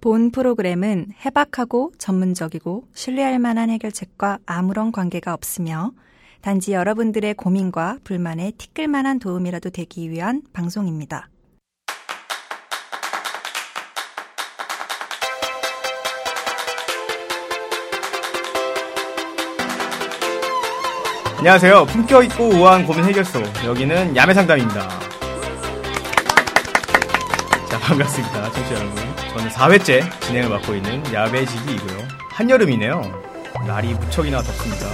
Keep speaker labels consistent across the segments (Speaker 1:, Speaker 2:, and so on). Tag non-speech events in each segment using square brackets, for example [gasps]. Speaker 1: 본 프로그램은 해박하고 전문적이고 신뢰할 만한 해결책과 아무런 관계가 없으며 단지 여러분들의 고민과 불만에 티끌만한 도움이라도 되기 위한 방송입니다.
Speaker 2: 안녕하세요. 품격 있고 우아한 고민 해결소 여기는 야매 상담입니다. 자 반갑습니다, 청취자 여러분. 저는 4회째 진행을 맡고 있는 야매지기이고요. 한여름이네요. 날이 무척이나 덥습니다.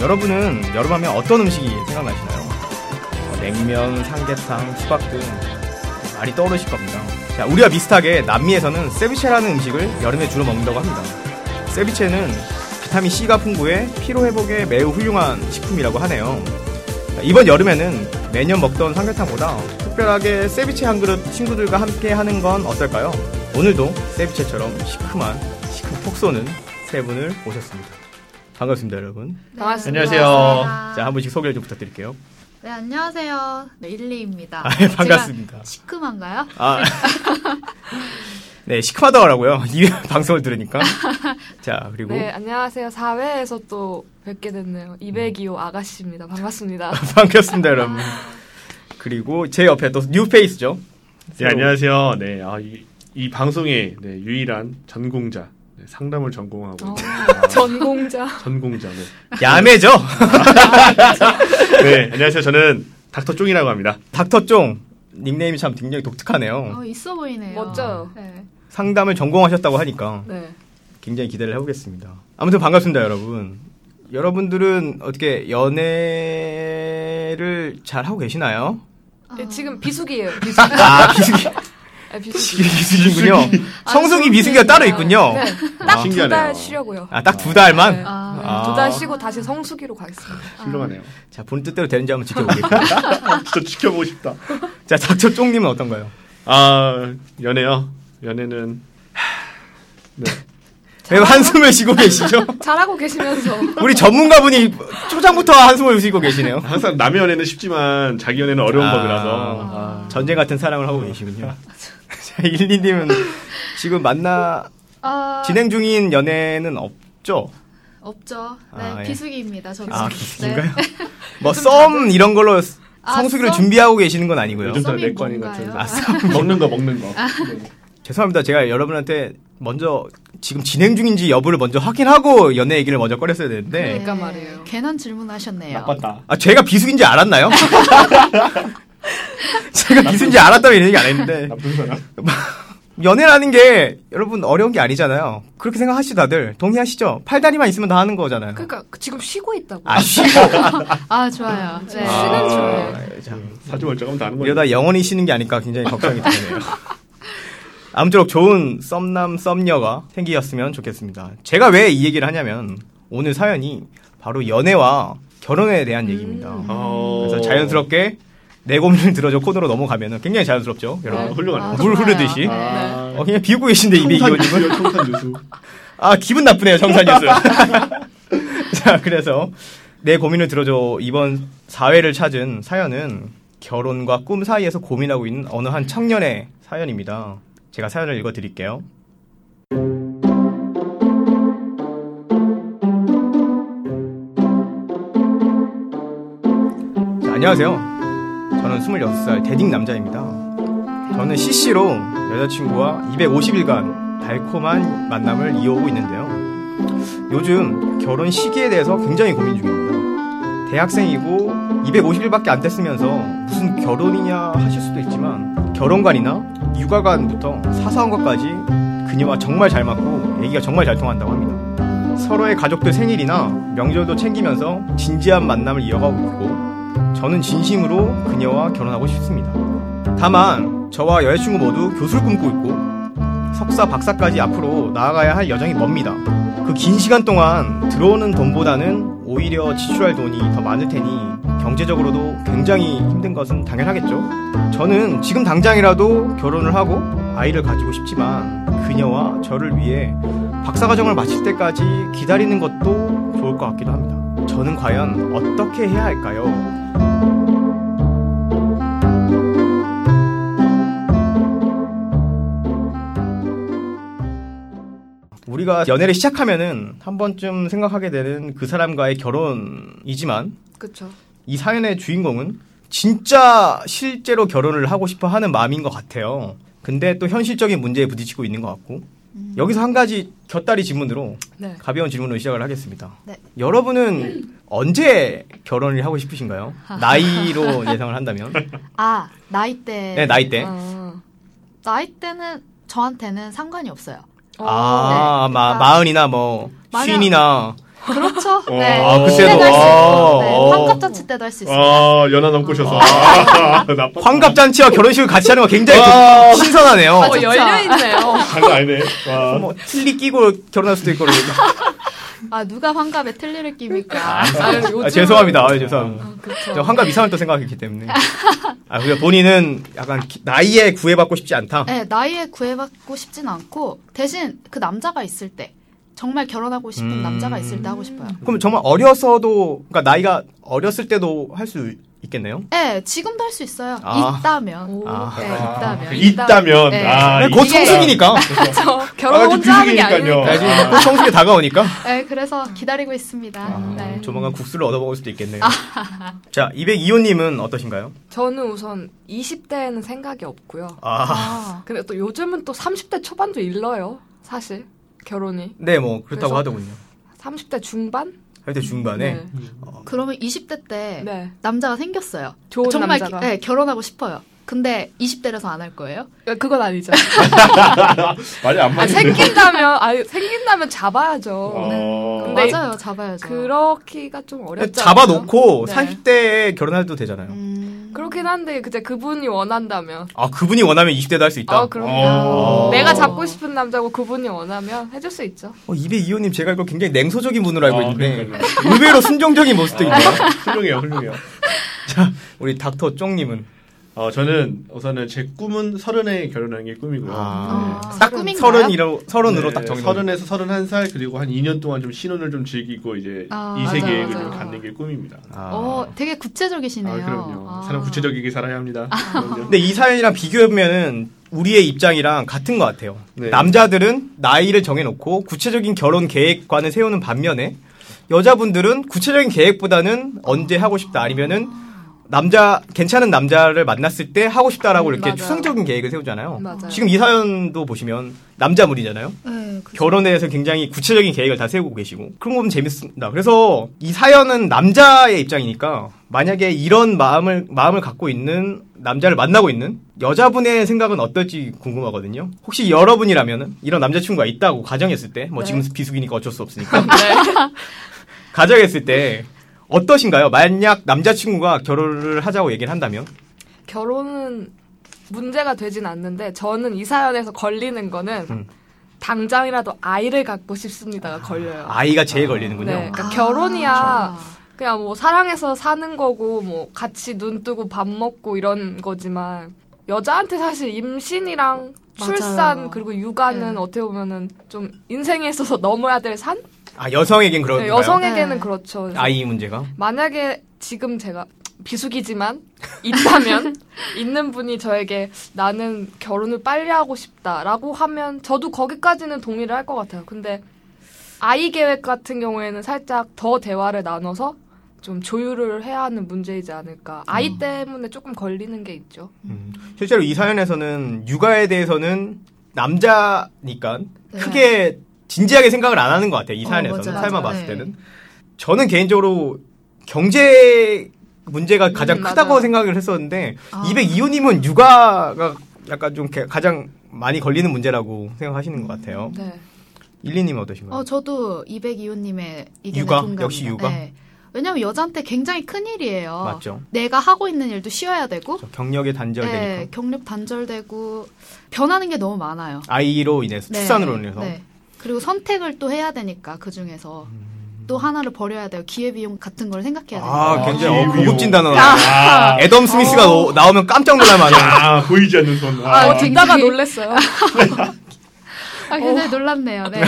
Speaker 2: 여러분은 여름하면 어떤 음식이 생각나시나요? 어, 냉면, 삼계탕, 수박 등 말이 떠오르실 겁니다. 자, 우리와 비슷하게 남미에서는 세비체라는 음식을 여름에 주로 먹는다고 합니다. 세비체는 비타민 C가 풍부해 피로 회복에 매우 훌륭한 식품이라고 하네요. 자, 이번 여름에는 매년 먹던 삼계탕보다 특별하게 세비체 한 그릇 친구들과 함께 하는 건 어떨까요? 오늘도 세비체처럼 시큼한 시큼 폭 쏘는 세 분을 모셨습니다. 반갑습니다, 여러분.
Speaker 3: 네, 반갑습니다.
Speaker 2: 안녕하세요.
Speaker 3: 반갑습니다.
Speaker 2: 자, 한 분씩 소개를 좀 부탁드릴게요.
Speaker 3: 네, 안녕하세요. 네, 일리입니다.
Speaker 2: 아, 예, 반갑습니다.
Speaker 3: 제가 시큼한가요?
Speaker 2: 아. [laughs] 네, 시큼하더라고요. [laughs] 이 방송을 [laughs] 들으니까. 자, 그리고
Speaker 4: 네, 안녕하세요. 4회에서 또 뵙게 됐네요. 202호 아가씨입니다. 반갑습니다.
Speaker 2: 반갑습니다, 여러분. 그리고 제 옆에 또 뉴페이스죠.
Speaker 5: 네, 안녕하세요.
Speaker 2: 음.
Speaker 5: 네, 아, 이, 이 방송의 네, 유일한 전공자, 네, 상담을 전공하고
Speaker 4: 어,
Speaker 5: 있는, 아,
Speaker 4: 전공자.
Speaker 5: [laughs] 전공자. 네.
Speaker 2: 야매죠?
Speaker 5: 네, 안녕하세요. 저는 닥터 쫑이라고 합니다.
Speaker 2: 닥터 쫑. 닉네임이 참 굉장히 독특하네요.
Speaker 3: 어, 있어 보이네요.
Speaker 4: 멋져요.
Speaker 3: 네.
Speaker 2: 상담을 전공하셨다고 하니까
Speaker 4: 네.
Speaker 2: 굉장히 기대를 해보겠습니다. 아무튼 반갑습니다, 여러분. 여러분들은 어떻게 연애를 잘 하고 계시나요?
Speaker 4: 예,
Speaker 3: 어,
Speaker 4: 지금 비수기예요.
Speaker 2: 아, 비수기,
Speaker 4: 예, 비수기.
Speaker 2: 비수기군요. 성숙이
Speaker 3: 성숙이.
Speaker 2: 비수기가 따로 있군요.
Speaker 4: 네,
Speaker 5: 아,
Speaker 4: 딱 두
Speaker 5: 신기하네요.
Speaker 4: 달 쉬려고요.
Speaker 2: 아, 딱 두 달만?
Speaker 4: 네.
Speaker 3: 아,
Speaker 2: 아.
Speaker 4: 두달 쉬고 다시 성수기로
Speaker 5: [laughs]
Speaker 4: 가겠습니다.
Speaker 5: 훌륭하네요.
Speaker 2: 자, 본 뜻대로 되는지 한번 지켜보겠습니다.
Speaker 5: 진짜 지켜보고 싶다.
Speaker 2: 자, 닥터 쫑님은 어떤가요?
Speaker 5: 아, 연애요. 연애는 네.
Speaker 2: 왜 한숨을 쉬고 계시죠?
Speaker 4: 잘하고 계시면서
Speaker 2: 우리 전문가분이 초장부터 한숨을 쉬고 계시네요.
Speaker 5: 항상 남의 연애는 쉽지만 자기 연애는 어려운
Speaker 2: 아.
Speaker 5: 법이라서
Speaker 2: 아, 전쟁 같은 사랑을 하고 [laughs] 계시군요. 자, 일리님은 지금 만나
Speaker 3: 아,
Speaker 2: 진행 중인 연애는 없죠?
Speaker 3: 없죠. 네,
Speaker 2: 아, 예.
Speaker 3: 비수기입니다. 저는.
Speaker 2: 아, 기신가요?
Speaker 3: 네.
Speaker 2: 뭐 썸 이런 걸로
Speaker 3: 아,
Speaker 2: 성수기를
Speaker 3: 썸?
Speaker 2: 준비하고 계시는 건 아니고요.
Speaker 5: 요즘 다
Speaker 3: 썸이
Speaker 5: 내거 아닌 것 같은.
Speaker 3: 뭔가요? 아,
Speaker 5: 먹는 거 먹는 거. 네.
Speaker 2: 죄송합니다. 제가 여러분한테 먼저 지금 진행 중인지 여부를 먼저 확인하고 연애 얘기를 먼저 꺼냈어야 되는데
Speaker 4: 그러니까 말이에요.
Speaker 3: 네. 괜한 질문하셨네요.
Speaker 5: 나빴다.
Speaker 2: 아 제가 비수인지 알았나요? [laughs] 제가 비수인지 알았다면 이런 얘기 안 했는데
Speaker 5: 나쁜 사람.
Speaker 2: 연애라는 게 여러분 어려운 게 아니잖아요. 그렇게 생각하시죠 다들 동의하시죠? 팔다리만 있으면 다 하는 거잖아요.
Speaker 4: 그러니까 그- 지금 쉬고 있다고.
Speaker 2: 아 쉬고
Speaker 3: 아, 좋아요.
Speaker 4: 음,
Speaker 3: 네.
Speaker 4: 쉬는 중이에요.
Speaker 2: 아, 참.
Speaker 5: 사주 멀쩡하면 다 하는 거예요.
Speaker 2: 이러다 영원히 쉬는 게 아닐까 굉장히 걱정이 되네요. 아무쪼록 좋은 썸남 썸녀가 생기셨으면 좋겠습니다. 제가 왜 이 얘기를 하냐면 오늘 사연이 바로 연애와 결혼에 대한 얘기입니다.
Speaker 5: 어.
Speaker 2: 그래서 자연스럽게 내 고민을 들어줘 코너로 넘어가면 굉장히 자연스럽죠, 여러분.
Speaker 5: 아, 훌륭하네요.
Speaker 3: 아,
Speaker 2: 물
Speaker 3: 좋아요.
Speaker 2: 흐르듯이.
Speaker 3: 네.
Speaker 5: 아,
Speaker 2: 어, 그냥 비웃고 계신데 입에
Speaker 5: 청산
Speaker 2: 이어지고.
Speaker 5: 뉴스요, 청산 뉴스.
Speaker 2: 아 기분 나쁘네요 정산 뉴스. [laughs] 자 그래서 내 고민을 들어줘 이번 4회를 찾은 사연은 결혼과 꿈 사이에서 고민하고 있는 어느 한 청년의 사연입니다. 제가 사연을 읽어드릴게요. 자, 안녕하세요. 저는 26살 대딩 남자입니다. 저는 CC로 여자친구와 250일간 달콤한 만남을 이어오고 있는데요. 요즘 결혼 시기에 대해서 굉장히 고민 중입니다. 대학생이고 250일밖에 안 됐으면서 무슨 결혼이냐 하실 수도 있지만 결혼관이나 육아관부터 사소한 것까지 그녀와 정말 잘 맞고 얘기가 정말 잘 통한다고 합니다. 서로의 가족들 생일이나 명절도 챙기면서 진지한 만남을 이어가고 있고 저는 진심으로 그녀와 결혼하고 싶습니다. 다만 저와 여자친구 모두 교수를 꿈꾸 있고 석사 박사까지 앞으로 나아가야 할 여정이 멉니다. 그 긴 시간 동안 들어오는 돈보다는 오히려 지출할 돈이 더 많을 테니 경제적으로도 굉장히 힘든 것은 당연하겠죠. 저는 지금 당장이라도 결혼을 하고 아이를 가지고 싶지만 그녀와 저를 위해 박사과정을 마칠 때까지 기다리는 것도 좋을 것 같기도 합니다. 저는 과연 어떻게 해야 할까요? 우리가 연애를 시작하면은 한 번쯤 생각하게 되는 그 사람과의 결혼이지만
Speaker 4: 그쵸.
Speaker 2: 이 사연의 주인공은 진짜 실제로 결혼을 하고 싶어 하는 마음인 것 같아요. 근데 또 현실적인 문제에 부딪히고 있는 것 같고
Speaker 3: 음.
Speaker 2: 여기서 한 가지 곁다리 질문으로
Speaker 4: 네.
Speaker 2: 가벼운 질문으로 시작을 하겠습니다.
Speaker 3: 네.
Speaker 2: 여러분은 언제 결혼을 하고 싶으신가요? 나이로 예상을
Speaker 3: [laughs]
Speaker 2: 한다면
Speaker 3: 아 나이 때.
Speaker 2: 네 나이
Speaker 3: 어.
Speaker 2: 때.
Speaker 4: 아,
Speaker 3: 나이 때는 저한테는 상관이 없어요.
Speaker 2: 아,
Speaker 3: 네.
Speaker 2: 마,
Speaker 3: 그러니까-
Speaker 2: 마흔이나 뭐,
Speaker 3: 마흔-
Speaker 2: 쉰이나.
Speaker 3: 그렇죠?
Speaker 5: 어,
Speaker 3: 네.
Speaker 5: 아,
Speaker 3: 그때도
Speaker 5: 그때도,
Speaker 3: 할 수 있고,
Speaker 2: 아,
Speaker 3: 네.
Speaker 2: 어.
Speaker 3: 환갑잔치 때도 할 수 있어요.
Speaker 5: 아, 연하 넘고셔서. 아, 나빠.
Speaker 2: 환갑잔치와 결혼식을 같이 하는 거 굉장히
Speaker 5: 와.
Speaker 2: 신선하네요.
Speaker 3: 아, 진짜.
Speaker 4: 어, 열려있네요.
Speaker 5: 장난 아니네. 와.
Speaker 2: 뭐, 틀리 끼고 결혼할 수도 있고. 그러니까.
Speaker 3: 아 누가 환갑에 틀니를 끼니까.
Speaker 4: 아, 요즘... 그렇죠.
Speaker 2: 아, 죄송합니다. 아, 죄송합니다.
Speaker 4: 그쵸.
Speaker 2: 저 환갑 이상을 또 생각했기 때문에.
Speaker 4: [laughs]
Speaker 2: 아, 그러니까 본인은 약간 기- 나이에 구애받고 싶지 않다.
Speaker 3: 네, 나이에 구애받고 싶진 않고 대신 그 남자가 있을 때 정말 결혼하고 싶은
Speaker 2: 음.
Speaker 3: 남자가 있을 때 하고 싶어요.
Speaker 2: 그럼 정말 어려서도, 그러니까 나이가 어렸을 때도 할 수 있겠네요.
Speaker 3: 네, 지금도 할 수 있어요.
Speaker 2: 아.
Speaker 3: 있다면.
Speaker 4: 오,
Speaker 2: 아.
Speaker 3: 네,
Speaker 5: 아,
Speaker 3: 있다면.
Speaker 5: 있다면.
Speaker 3: 네.
Speaker 5: 아, 네.
Speaker 2: 곧
Speaker 3: 이게-
Speaker 2: 성숙이니까.
Speaker 4: 저 결혼 혼자 하는 게 아니니까.
Speaker 2: 네, 지금 곧 성숙에 다가오니까.
Speaker 3: 네, 그래서 기다리고 있습니다.
Speaker 2: 아.
Speaker 4: 아,
Speaker 3: 네.
Speaker 2: 조만간 국수를 얻어먹을 수도
Speaker 4: [laughs]
Speaker 2: 있겠네요. 자, 202호님은 어떠신가요?
Speaker 4: 저는 우선 20대에는 생각이 없고요.
Speaker 2: 아,
Speaker 3: 아,
Speaker 4: 근데 또 요즘은 또 30대 초반도 일러요. 사실 결혼이
Speaker 2: 네, 뭐, 그렇다고
Speaker 4: 그래서-
Speaker 2: 하더군요.
Speaker 4: 30대 중반?
Speaker 2: 할 때 중반에.
Speaker 4: 네.
Speaker 3: 아, 그러면 20대 때
Speaker 4: 네.
Speaker 3: 남자가 생겼어요.
Speaker 4: 좋은
Speaker 3: 정말
Speaker 4: 남자가.
Speaker 3: 기- 네, 결혼하고 싶어요. 근데 20대라서 안 할 거예요?
Speaker 4: 네. 그건 아니죠.
Speaker 5: 말이 안
Speaker 4: 아, [laughs]
Speaker 5: 맞네.
Speaker 4: 생긴다면 아 생긴다면 잡아야죠.
Speaker 5: 어.
Speaker 4: 근데-
Speaker 3: 맞아요, 잡아야죠.
Speaker 4: 그렇기가 좀
Speaker 2: 네,
Speaker 4: 어렵죠.
Speaker 2: 잡아놓고
Speaker 4: 네.
Speaker 2: 30대에 결혼해도 되잖아요.
Speaker 3: 음.
Speaker 4: 그렇긴 한데 그제 그분이 원한다면.
Speaker 2: 아, 그분이 원하면 20대도 할 수 있다. 아.
Speaker 4: 아 그럼요.
Speaker 5: 어.
Speaker 4: 내가 잡고 싶은 남자고 그분이 원하면 해줄 수 있죠.
Speaker 2: 어, 202호님 제가 이걸 굉장히 냉소적인 분으로 알고
Speaker 5: 아,
Speaker 2: 있는데 [laughs]
Speaker 5: 그러니까요.
Speaker 2: 의외로 순정적인 모습도 있네요.
Speaker 5: 아, 훌륭해요, 훌륭해요.
Speaker 2: 우리 닥터 쫑님은
Speaker 5: 어, 저는 우선은 제 꿈은 서른에 결혼하는 게 꿈이고요.
Speaker 2: 아.
Speaker 5: 네.
Speaker 3: 딱
Speaker 2: 서른이라고 서른으로
Speaker 5: 네,
Speaker 2: 딱 정해.
Speaker 5: 서른에서 서른한 살 그리고 한 2년 동안 좀 신혼을 좀 즐기고 이제
Speaker 3: 아,
Speaker 5: 이
Speaker 3: 맞아요,
Speaker 5: 세계에
Speaker 3: 맞아요.
Speaker 5: 좀 갖는 게 꿈입니다.
Speaker 2: 아.
Speaker 3: 어, 되게
Speaker 5: 아,
Speaker 3: 구체적이시네요.
Speaker 5: 그럼요.
Speaker 3: 아.
Speaker 5: 사람 구체적이게 살아야 합니다. 그럼요.
Speaker 2: 근데 이 사연이랑 비교하면은 우리의 입장이랑 같은 것 같아요.
Speaker 5: 네.
Speaker 2: 남자들은 나이를 정해놓고 구체적인 결혼 계획과는 세우는 반면에 여자분들은 구체적인 계획보다는 언제 하고 싶다 아니면은 남자 괜찮은 남자를 만났을 때 하고 싶다라고 이렇게
Speaker 4: 음, 맞아요.
Speaker 2: 추상적인 계획을 세우잖아요.
Speaker 4: 맞아요.
Speaker 2: 어. 지금 이 사연도 보시면 남자물이잖아요.
Speaker 3: 네, 그죠.
Speaker 2: 결혼에 대해서 굉장히 구체적인 계획을 다 세우고 계시고 그런 거면 재밌습니다. 그래서 이 사연은 남자의 입장이니까 만약에 이런 마음을 마음을 갖고 있는 남자를 만나고 있는 여자분의 생각은 어떨지 궁금하거든요. 혹시 여러분이라면 이런 남자친구가 있다고 가정했을 때 뭐
Speaker 4: 네.
Speaker 2: 지금 비수기니까 어쩔 수 없으니까 [laughs] 가정했을 때 어떠신가요? 만약 남자친구가 결혼을 하자고 얘기를 한다면
Speaker 4: 결혼은 문제가 되진 않는데 저는 이 사연에서 걸리는 거는
Speaker 2: 음.
Speaker 4: 당장이라도 아이를 갖고 싶습니다가 걸려요.
Speaker 2: 아이가 제일 걸리는군요.
Speaker 4: 네, 그러니까 결혼이야
Speaker 3: 아.
Speaker 4: 그냥 뭐 사랑해서 사는 거고 뭐 같이 눈 뜨고 밥 먹고 이런 거지만 여자한테 사실 임신이랑
Speaker 3: 맞아요.
Speaker 4: 출산 그리고 육아는
Speaker 3: 네.
Speaker 4: 어떻게 보면은 좀 인생에 있어서 [laughs] 넘어야 될 산? 네,
Speaker 2: 아 여성에겐 그런가요?
Speaker 4: 여성에게는
Speaker 3: 네.
Speaker 4: 그렇죠. 그래서
Speaker 2: 아이 문제가
Speaker 4: 만약에 지금 제가 비수기지만
Speaker 3: [laughs]
Speaker 4: 있다면 있는 분이 저에게 나는 결혼을 빨리 하고 싶다라고 하면 저도 거기까지는 동의를 할 것 같아요. 근데 아이 계획 같은 경우에는 살짝 더 대화를 나눠서 좀 조율을 해야 하는 문제이지 않을까. 아이 때문에 조금 걸리는 게 있죠.
Speaker 2: 음. 실제로 이 사연에서는 육아에 대해서는 남자니까
Speaker 3: 네.
Speaker 2: 크게 진지하게 생각을 안 하는 것 같아요. 이
Speaker 3: 어,
Speaker 2: 사연에서는
Speaker 3: 맞아요.
Speaker 2: 사연만
Speaker 3: 맞아요.
Speaker 2: 봤을 때는 저는 개인적으로 경제 문제가 가장
Speaker 4: 음,
Speaker 2: 크다고
Speaker 4: 맞아요.
Speaker 2: 생각을 했었는데
Speaker 3: 아.
Speaker 2: 202호님은 육아가 약간 좀 개- 가장 많이 걸리는 문제라고 생각하시는 것 같아요.
Speaker 4: 네.
Speaker 3: 음.
Speaker 2: 일리님 어떠신가요?
Speaker 3: 어, 저도 202호님의 의견에
Speaker 2: 네. 육아?
Speaker 3: 동감합니다.
Speaker 2: 역시 육아?
Speaker 3: 네. 왜냐면 여자한테 굉장히 큰 일이에요.
Speaker 2: 맞죠.
Speaker 3: 내가 하고 있는 일도 쉬어야 되고,
Speaker 2: 저 경력이 단절되니까
Speaker 3: 네, 경력 단절되고 변하는 게 너무 많아요.
Speaker 2: 아이로 인해서
Speaker 3: 네,
Speaker 2: 출산으로 인해서
Speaker 3: 네. 그리고 선택을 또 해야 되니까 그 중에서 또 하나를 버려야 돼요. 기회비용 같은 걸 생각해야 돼요.
Speaker 2: 음. 아 굉장히 어,
Speaker 5: 기회비용.
Speaker 2: 고급진 단어
Speaker 5: 아,
Speaker 2: 애덤 스미스가
Speaker 3: 어.
Speaker 2: 너- 나오면 깜짝 놀랄 만한
Speaker 5: 아, 보이지 않는 손.
Speaker 4: 아,
Speaker 5: 아,
Speaker 4: 듣다가 놀랬어요.
Speaker 3: 아, 굉장히 놀랍네요. 네.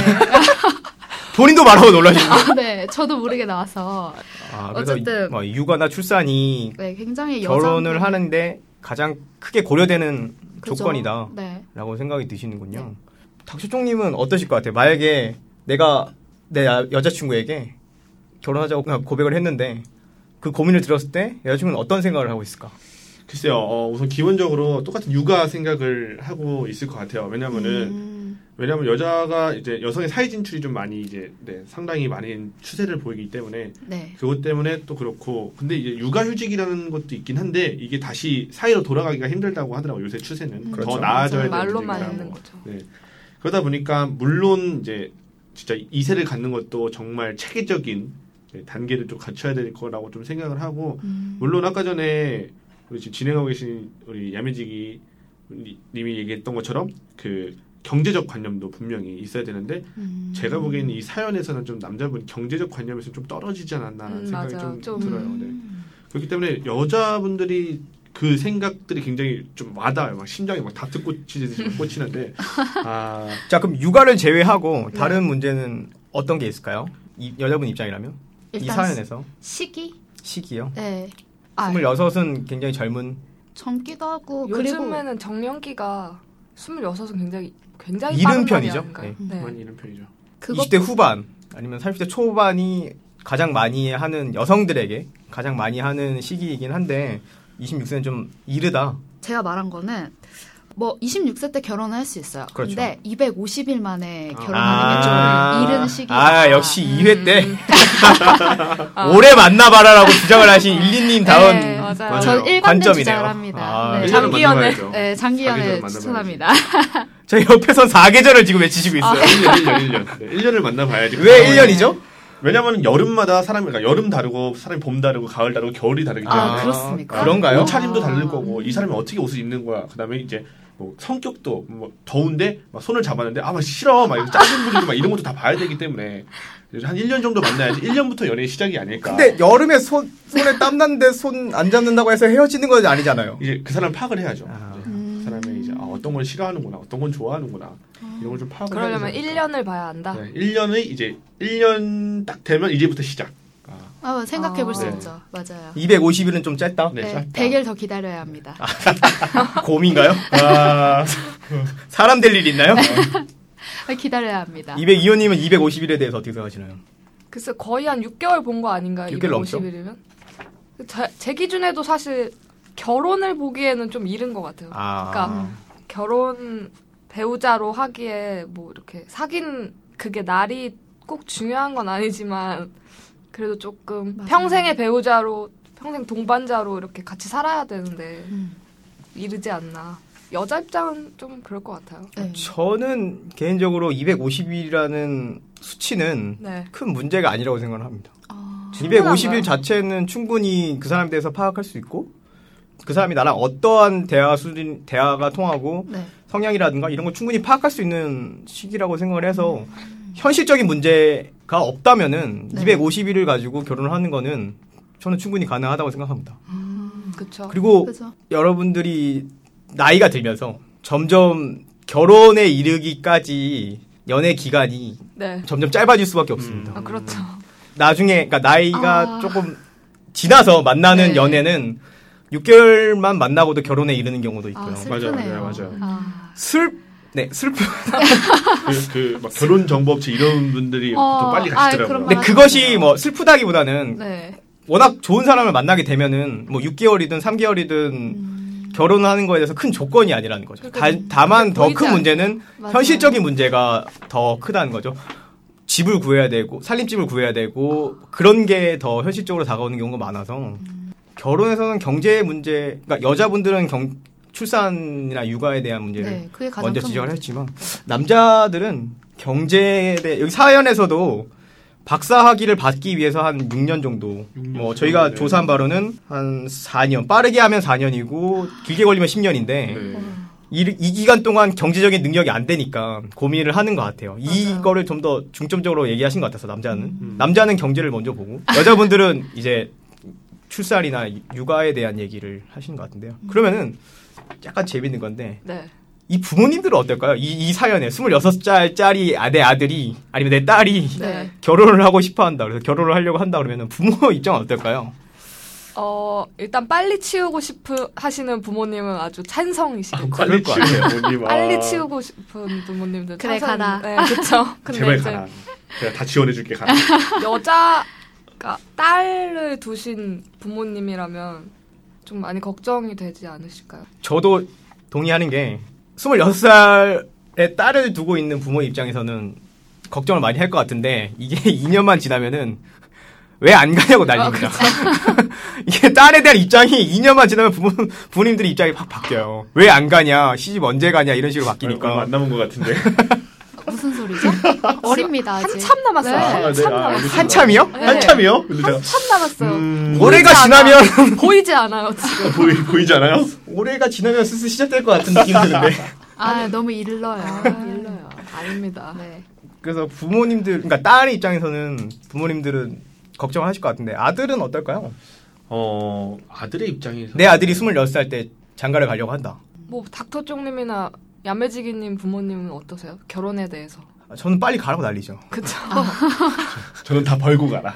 Speaker 2: 본인도 말하고 놀라시는
Speaker 3: 아, [laughs] 네. 저도 모르게 나와서
Speaker 2: 아, 그래서
Speaker 3: 어쨌든.
Speaker 2: 뭐 육아나 출산이
Speaker 3: 네, 굉장히 여성
Speaker 2: 결혼을 하는데 가장 크게 고려되는
Speaker 3: 그죠?
Speaker 2: 조건이다라고
Speaker 3: 네.
Speaker 2: 생각이 드시는군요. 닥치종님은 어떠실 것 같아요? 만약에 내가 내 야- 여자친구에게 결혼하자고 고백을 했는데 그 고민을 들었을 때 여자친구는 어떤 생각을 하고 있을까?
Speaker 5: 글쎄요. 어, 우선 기본적으로 똑같은 육아 생각을 하고 있을 것 같아요. 왜냐면은
Speaker 3: 음,
Speaker 5: 왜냐면 여자가 이제 여성의 사회 진출이 좀 많이 이제 네, 상당히 많은 추세를 보이기 때문에
Speaker 3: 네.
Speaker 5: 그것 때문에 또 그렇고 근데 이제 육아 휴직이라는 것도 있긴 한데 이게 다시 사회로 돌아가기가 힘들다고 하더라고요. 요새 추세는
Speaker 3: 음.
Speaker 5: 더
Speaker 2: 그렇죠.
Speaker 5: 나아져야 되는
Speaker 4: 말로만
Speaker 5: 문제라고. 뭐.
Speaker 4: 있는 거죠.
Speaker 5: 그러다 보니까 물론 이제 진짜 이세를 갖는 것도 정말 체계적인 네, 단계를 좀 갖춰야 될 거라고 좀 생각을 하고
Speaker 3: 음.
Speaker 5: 물론 아까 전에 우리 지금 진행하고 계신 우리 야매지기 님이 얘기했던 것처럼 그 경제적 관념도 분명히 있어야 되는데
Speaker 3: 음.
Speaker 5: 제가 보기에는 이 사연에서는 좀 남자분 경제적 관념에서 좀 떨어지지 않았나라는
Speaker 4: 음,
Speaker 5: 생각이
Speaker 4: 맞아요.
Speaker 5: 좀,
Speaker 4: 좀.
Speaker 5: 들어요. 네.
Speaker 3: 음.
Speaker 5: 그렇기 때문에 여자분들이 그 생각들이 굉장히 좀 와닿아요. 막 심장이 막
Speaker 4: [laughs]
Speaker 5: 다트 꽂히듯이 막 꽂히는데 아
Speaker 2: 자 그럼 육아를 제외하고
Speaker 3: 네.
Speaker 2: 다른 문제는 어떤 게 있을까요? 이 여자분 입장이라면 이
Speaker 3: 일단
Speaker 2: 사연에서
Speaker 3: 시기?
Speaker 2: 시기요.
Speaker 3: 네. 아,
Speaker 2: 26은 굉장히 젊은
Speaker 3: 젊기도 하고 어, 그리고
Speaker 4: 요즘에는 정년기가 26은 굉장히 굉장히
Speaker 2: 이른
Speaker 4: 빠른
Speaker 2: 편이죠.
Speaker 4: 나이인가요? 네.
Speaker 5: 많이 이런 편이죠.
Speaker 3: 그것
Speaker 2: 20대 후반 아니면 30대 초반이 가장 많이 하는 여성들에게 가장 많이 하는 시기이긴 한데 26세는 좀 이르다.
Speaker 3: 제가 말한 거는 뭐 26세 때 결혼을 할 수 있어요.
Speaker 2: 그렇죠.
Speaker 3: 근데 250일 만에
Speaker 5: 아.
Speaker 3: 결혼하는
Speaker 2: 아.
Speaker 3: 게 좀 이른 시기.
Speaker 2: 아, 역시 2회 때 [laughs] 어.
Speaker 4: 음. 아.
Speaker 2: 올해 만나봐라라고 주장을 하신 일리님 다운
Speaker 3: 네, 맞아요.
Speaker 4: 맞아요.
Speaker 5: 맞아요.
Speaker 3: 전 1관
Speaker 2: 관점이네요.
Speaker 3: 주장을 합니다.
Speaker 2: 아,
Speaker 3: 네.
Speaker 5: 일단은
Speaker 4: 일단은 장기연애.
Speaker 5: 만나봐야죠.
Speaker 3: 네, 장기연애
Speaker 5: 자기들 만나봐야지.
Speaker 3: 추천합니다. [laughs]
Speaker 2: 저 옆에선 4계절을 지금 외치시고 있어요.
Speaker 5: 1년, 1년, 1년. 네, 1년을 만나봐야지.
Speaker 2: 왜 1년이죠?
Speaker 5: 그러니까
Speaker 3: 아, 그렇습니까?
Speaker 2: 그런가요?
Speaker 5: 옷차림도
Speaker 3: 아.
Speaker 5: 다를 거고, 이 사람이 어떻게 옷을 입는 거야. 그 다음에 이제, 뭐, 성격도, 뭐, 더운데, 막 손을 잡았는데, 아, 막 싫어. 막, 이렇게 짜증부리고, 막, 이런 것도 다 봐야 되기 때문에. 한 1년 정도 만나야지. 1년부터 연애의 시작이 아닐까.
Speaker 2: 근데 여름에 손, 손에 땀 나는데 손 안 잡는다고 해서 헤어지는 건 아니잖아요.
Speaker 5: 이제 그 사람 파악을 해야죠.
Speaker 2: 아.
Speaker 5: 이제 그 사람의 이제, 아, 어떤 걸 싫어하는구나. 어떤 건 좋아하는구나. 이런 걸 좀 파악을 해야
Speaker 4: 그러려면
Speaker 5: 되지 않을까.
Speaker 4: 1년을 봐야 한다.
Speaker 5: 어, 그러니까. 네, 1년의 이제 1년 딱 되면 이제부터 시작. 아,
Speaker 3: 아, 생각해 볼 수
Speaker 5: 네.
Speaker 3: 있죠. 맞아요.
Speaker 2: 250일은 좀 짧다?
Speaker 5: 네, 짧다.
Speaker 3: 100일 더 기다려야 합니다.
Speaker 2: 곰인가요?
Speaker 5: 아,
Speaker 2: 사람 될 일 있나요?
Speaker 3: [laughs]
Speaker 4: 네.
Speaker 3: 기다려야 합니다.
Speaker 2: 202호님은 250일에 대해서 어떻게 생각하시나요?
Speaker 4: 글쎄 거의 한 6개월 본 거 아닌가요?
Speaker 2: 6개월 넘죠.
Speaker 4: 250일이면? 제, 제 기준에도 사실 결혼을 보기에는 좀 이른 것 같아요.
Speaker 2: 아.
Speaker 4: 그러니까 결혼 배우자로 하기에 뭐 이렇게 사귄 그게 날이 꼭 중요한 건 아니지만 그래도 조금
Speaker 3: 맞아요.
Speaker 4: 평생의 배우자로 평생 동반자로 이렇게 같이 살아야 되는데
Speaker 3: 음.
Speaker 4: 이르지 않나. 여자 입장은 좀 그럴 것 같아요.
Speaker 3: 네.
Speaker 2: 저는 개인적으로 250일이라는 수치는
Speaker 4: 네.
Speaker 2: 큰 문제가 아니라고 생각을 합니다.
Speaker 3: 아,
Speaker 4: 충분한가요?
Speaker 2: 250일 자체는 충분히 그 사람에 대해서 파악할 수 있고 그 사람이 나랑 어떠한 대화 수준 대화가 통하고
Speaker 3: 네.
Speaker 2: 성향이라든가 이런 걸 충분히 파악할 수 있는 시기라고 생각을 해서 현실적인 문제가 없다면은
Speaker 3: 음. 네.
Speaker 2: 250일을 가지고 결혼을 하는 거는 저는 충분히 가능하다고 생각합니다.
Speaker 3: 음.
Speaker 4: 그렇죠.
Speaker 2: 그리고
Speaker 3: 아, 그죠?
Speaker 2: 여러분들이 나이가 들면서 점점 결혼에 이르기까지 연애 기간이
Speaker 4: 네.
Speaker 2: 점점 짧아질 수밖에 없습니다.
Speaker 4: 아, 그렇죠.
Speaker 2: 나중에 그러니까 나이가
Speaker 3: 아.
Speaker 2: 조금 지나서 만나는
Speaker 3: 네.
Speaker 2: 연애는 6개월만 만나고도 결혼에 이르는 경우도 있고요.
Speaker 3: 아,
Speaker 5: 맞아요,
Speaker 3: 슬프네요.
Speaker 5: 맞아요, 맞아요.
Speaker 3: 아,
Speaker 2: 슬, 네 슬픈.
Speaker 5: 그막 결혼 정보업체 이런 분들이
Speaker 3: 어,
Speaker 5: 보통 빨리
Speaker 3: 아이,
Speaker 5: 가시더라고요.
Speaker 3: 그런
Speaker 2: 근데
Speaker 3: 맞아요.
Speaker 2: 그것이 뭐 슬프다기보다는
Speaker 3: 네.
Speaker 2: 워낙 좋은 사람을 만나게 되면은 뭐 6개월이든 3개월이든
Speaker 3: 음,
Speaker 2: 결혼하는 거에 대해서 큰 조건이 아니라는 거죠. 다,
Speaker 4: 그러니까
Speaker 2: 다만 더
Speaker 4: 보이지
Speaker 2: 큰
Speaker 4: 않-
Speaker 2: 문제는
Speaker 3: 맞아요.
Speaker 2: 현실적인 문제가 더 크다는 거죠. 집을 구해야 되고 살림집을 구해야 되고 그런 게 더 현실적으로 다가오는 경우가 많아서 결혼에서는 경제 문제, 그러니까 여자분들은 경- 출산이나 육아에 대한 문제를
Speaker 3: 네, 그게 가장
Speaker 2: 예. 먼저
Speaker 3: 큰
Speaker 2: 지적을
Speaker 3: 문제.
Speaker 2: 했지만 남자들은 경제에 대해 여기 사연에서도 박사 학위를 받기 위해서 한 6년 정도.
Speaker 5: 육 년
Speaker 2: 뭐 저희가
Speaker 5: 정도, 네.
Speaker 2: 조사한 바로는 한 4년, 빠르게 하면 4년이고 길게 걸리면 10년인데
Speaker 5: 네. 음.
Speaker 2: 이, 이 기간 동안 경제적인 능력이 안 되니까 고민을 하는 것 같아요. 이거를 좀 더 중점적으로 얘기하신 것 같아서 남자는
Speaker 5: 음.
Speaker 2: 남자는 경제를 먼저 보고 여자분들은 이제 출산이나 육아에 대한 얘기를 하시는 것 같은데요.
Speaker 3: 음.
Speaker 2: 그러면은 약간 재밌는 건데
Speaker 4: 네.
Speaker 2: 이 부모님들은 어떨까요? 이, 이 사연에 26살짜리 아, 내 아들이 아니면 내 딸이
Speaker 4: 네.
Speaker 2: 결혼을 하고 싶어 한다. 그래서 결혼을 하려고 한다 그러면은 부모 입장은 어떨까요?
Speaker 4: 어, 일단 빨리 치우고 싶으 하시는 부모님은 아주 찬성이시겠죠.
Speaker 2: 그럴
Speaker 5: 빨리
Speaker 2: 것
Speaker 5: 치우세요, 부모님. 아.
Speaker 4: 빨리 치우고 싶은 부모님들
Speaker 3: 그래,
Speaker 4: 찬성.
Speaker 3: 가라.
Speaker 4: 네,
Speaker 3: [laughs]
Speaker 4: 그렇죠. 근데
Speaker 5: 제발
Speaker 4: 이제
Speaker 5: 가라. 내가 다 지원해줄게 가라.
Speaker 4: 여자가 딸을 두신 부모님이라면 좀 많이 걱정이 되지 않으실까요?
Speaker 2: 저도 동의하는 게 26살의 딸을 두고 있는 부모 입장에서는 걱정을 많이 할 것 같은데 이게 [laughs] 2년만 지나면은 왜 안 가냐고
Speaker 4: 아,
Speaker 2: 난립니다.
Speaker 4: 그렇죠.
Speaker 2: [laughs] 이게 딸에 대한 입장이 2년만 지나면 부모, 부모님들의 입장이 확 바뀌어요. 왜 안 가냐, 시집 언제 가냐 이런 식으로
Speaker 5: 얼마
Speaker 2: 바뀌니까
Speaker 5: 안 남은 것 같은데.
Speaker 4: 네.
Speaker 3: 무슨
Speaker 4: [laughs]
Speaker 3: 소리죠? 어립니다. 아직.
Speaker 4: 한참 남았어요.
Speaker 3: 네.
Speaker 5: 아, 네,
Speaker 4: 한참
Speaker 5: 아,
Speaker 4: 남았어요.
Speaker 5: 알겠습니다.
Speaker 2: 한참이요?
Speaker 4: 네.
Speaker 5: 한참이요? 근데 제가
Speaker 4: 한참 남았어요.
Speaker 5: 음,
Speaker 2: 올해가
Speaker 4: 보이지 않아.
Speaker 2: 지나면
Speaker 4: [laughs] 보이지 않아요, 지금.
Speaker 5: 보이 보이지 않아요?
Speaker 2: 올해가 지나면 슬슬 시작될 것 같은 느낌
Speaker 4: [laughs]
Speaker 2: 드는데
Speaker 4: 네.
Speaker 3: 아, 너무 일러요. 아, 일러요.
Speaker 4: 아닙니다.
Speaker 3: 네.
Speaker 2: 그래서 부모님들 그러니까 딸의 입장에서는 부모님들은 걱정하실 것 같은데 아들은 어떨까요?
Speaker 5: 어 네, 아들의 입장에서
Speaker 2: 내 아들이 26살 때 장가를 가려고 한다.
Speaker 4: 뭐 닥터 쪽님이나 야매지기님 부모님은 어떠세요? 결혼에 대해서.
Speaker 2: 저는 빨리 가라고 난리죠.
Speaker 4: 그쵸.
Speaker 5: 저는 다 벌고 가라.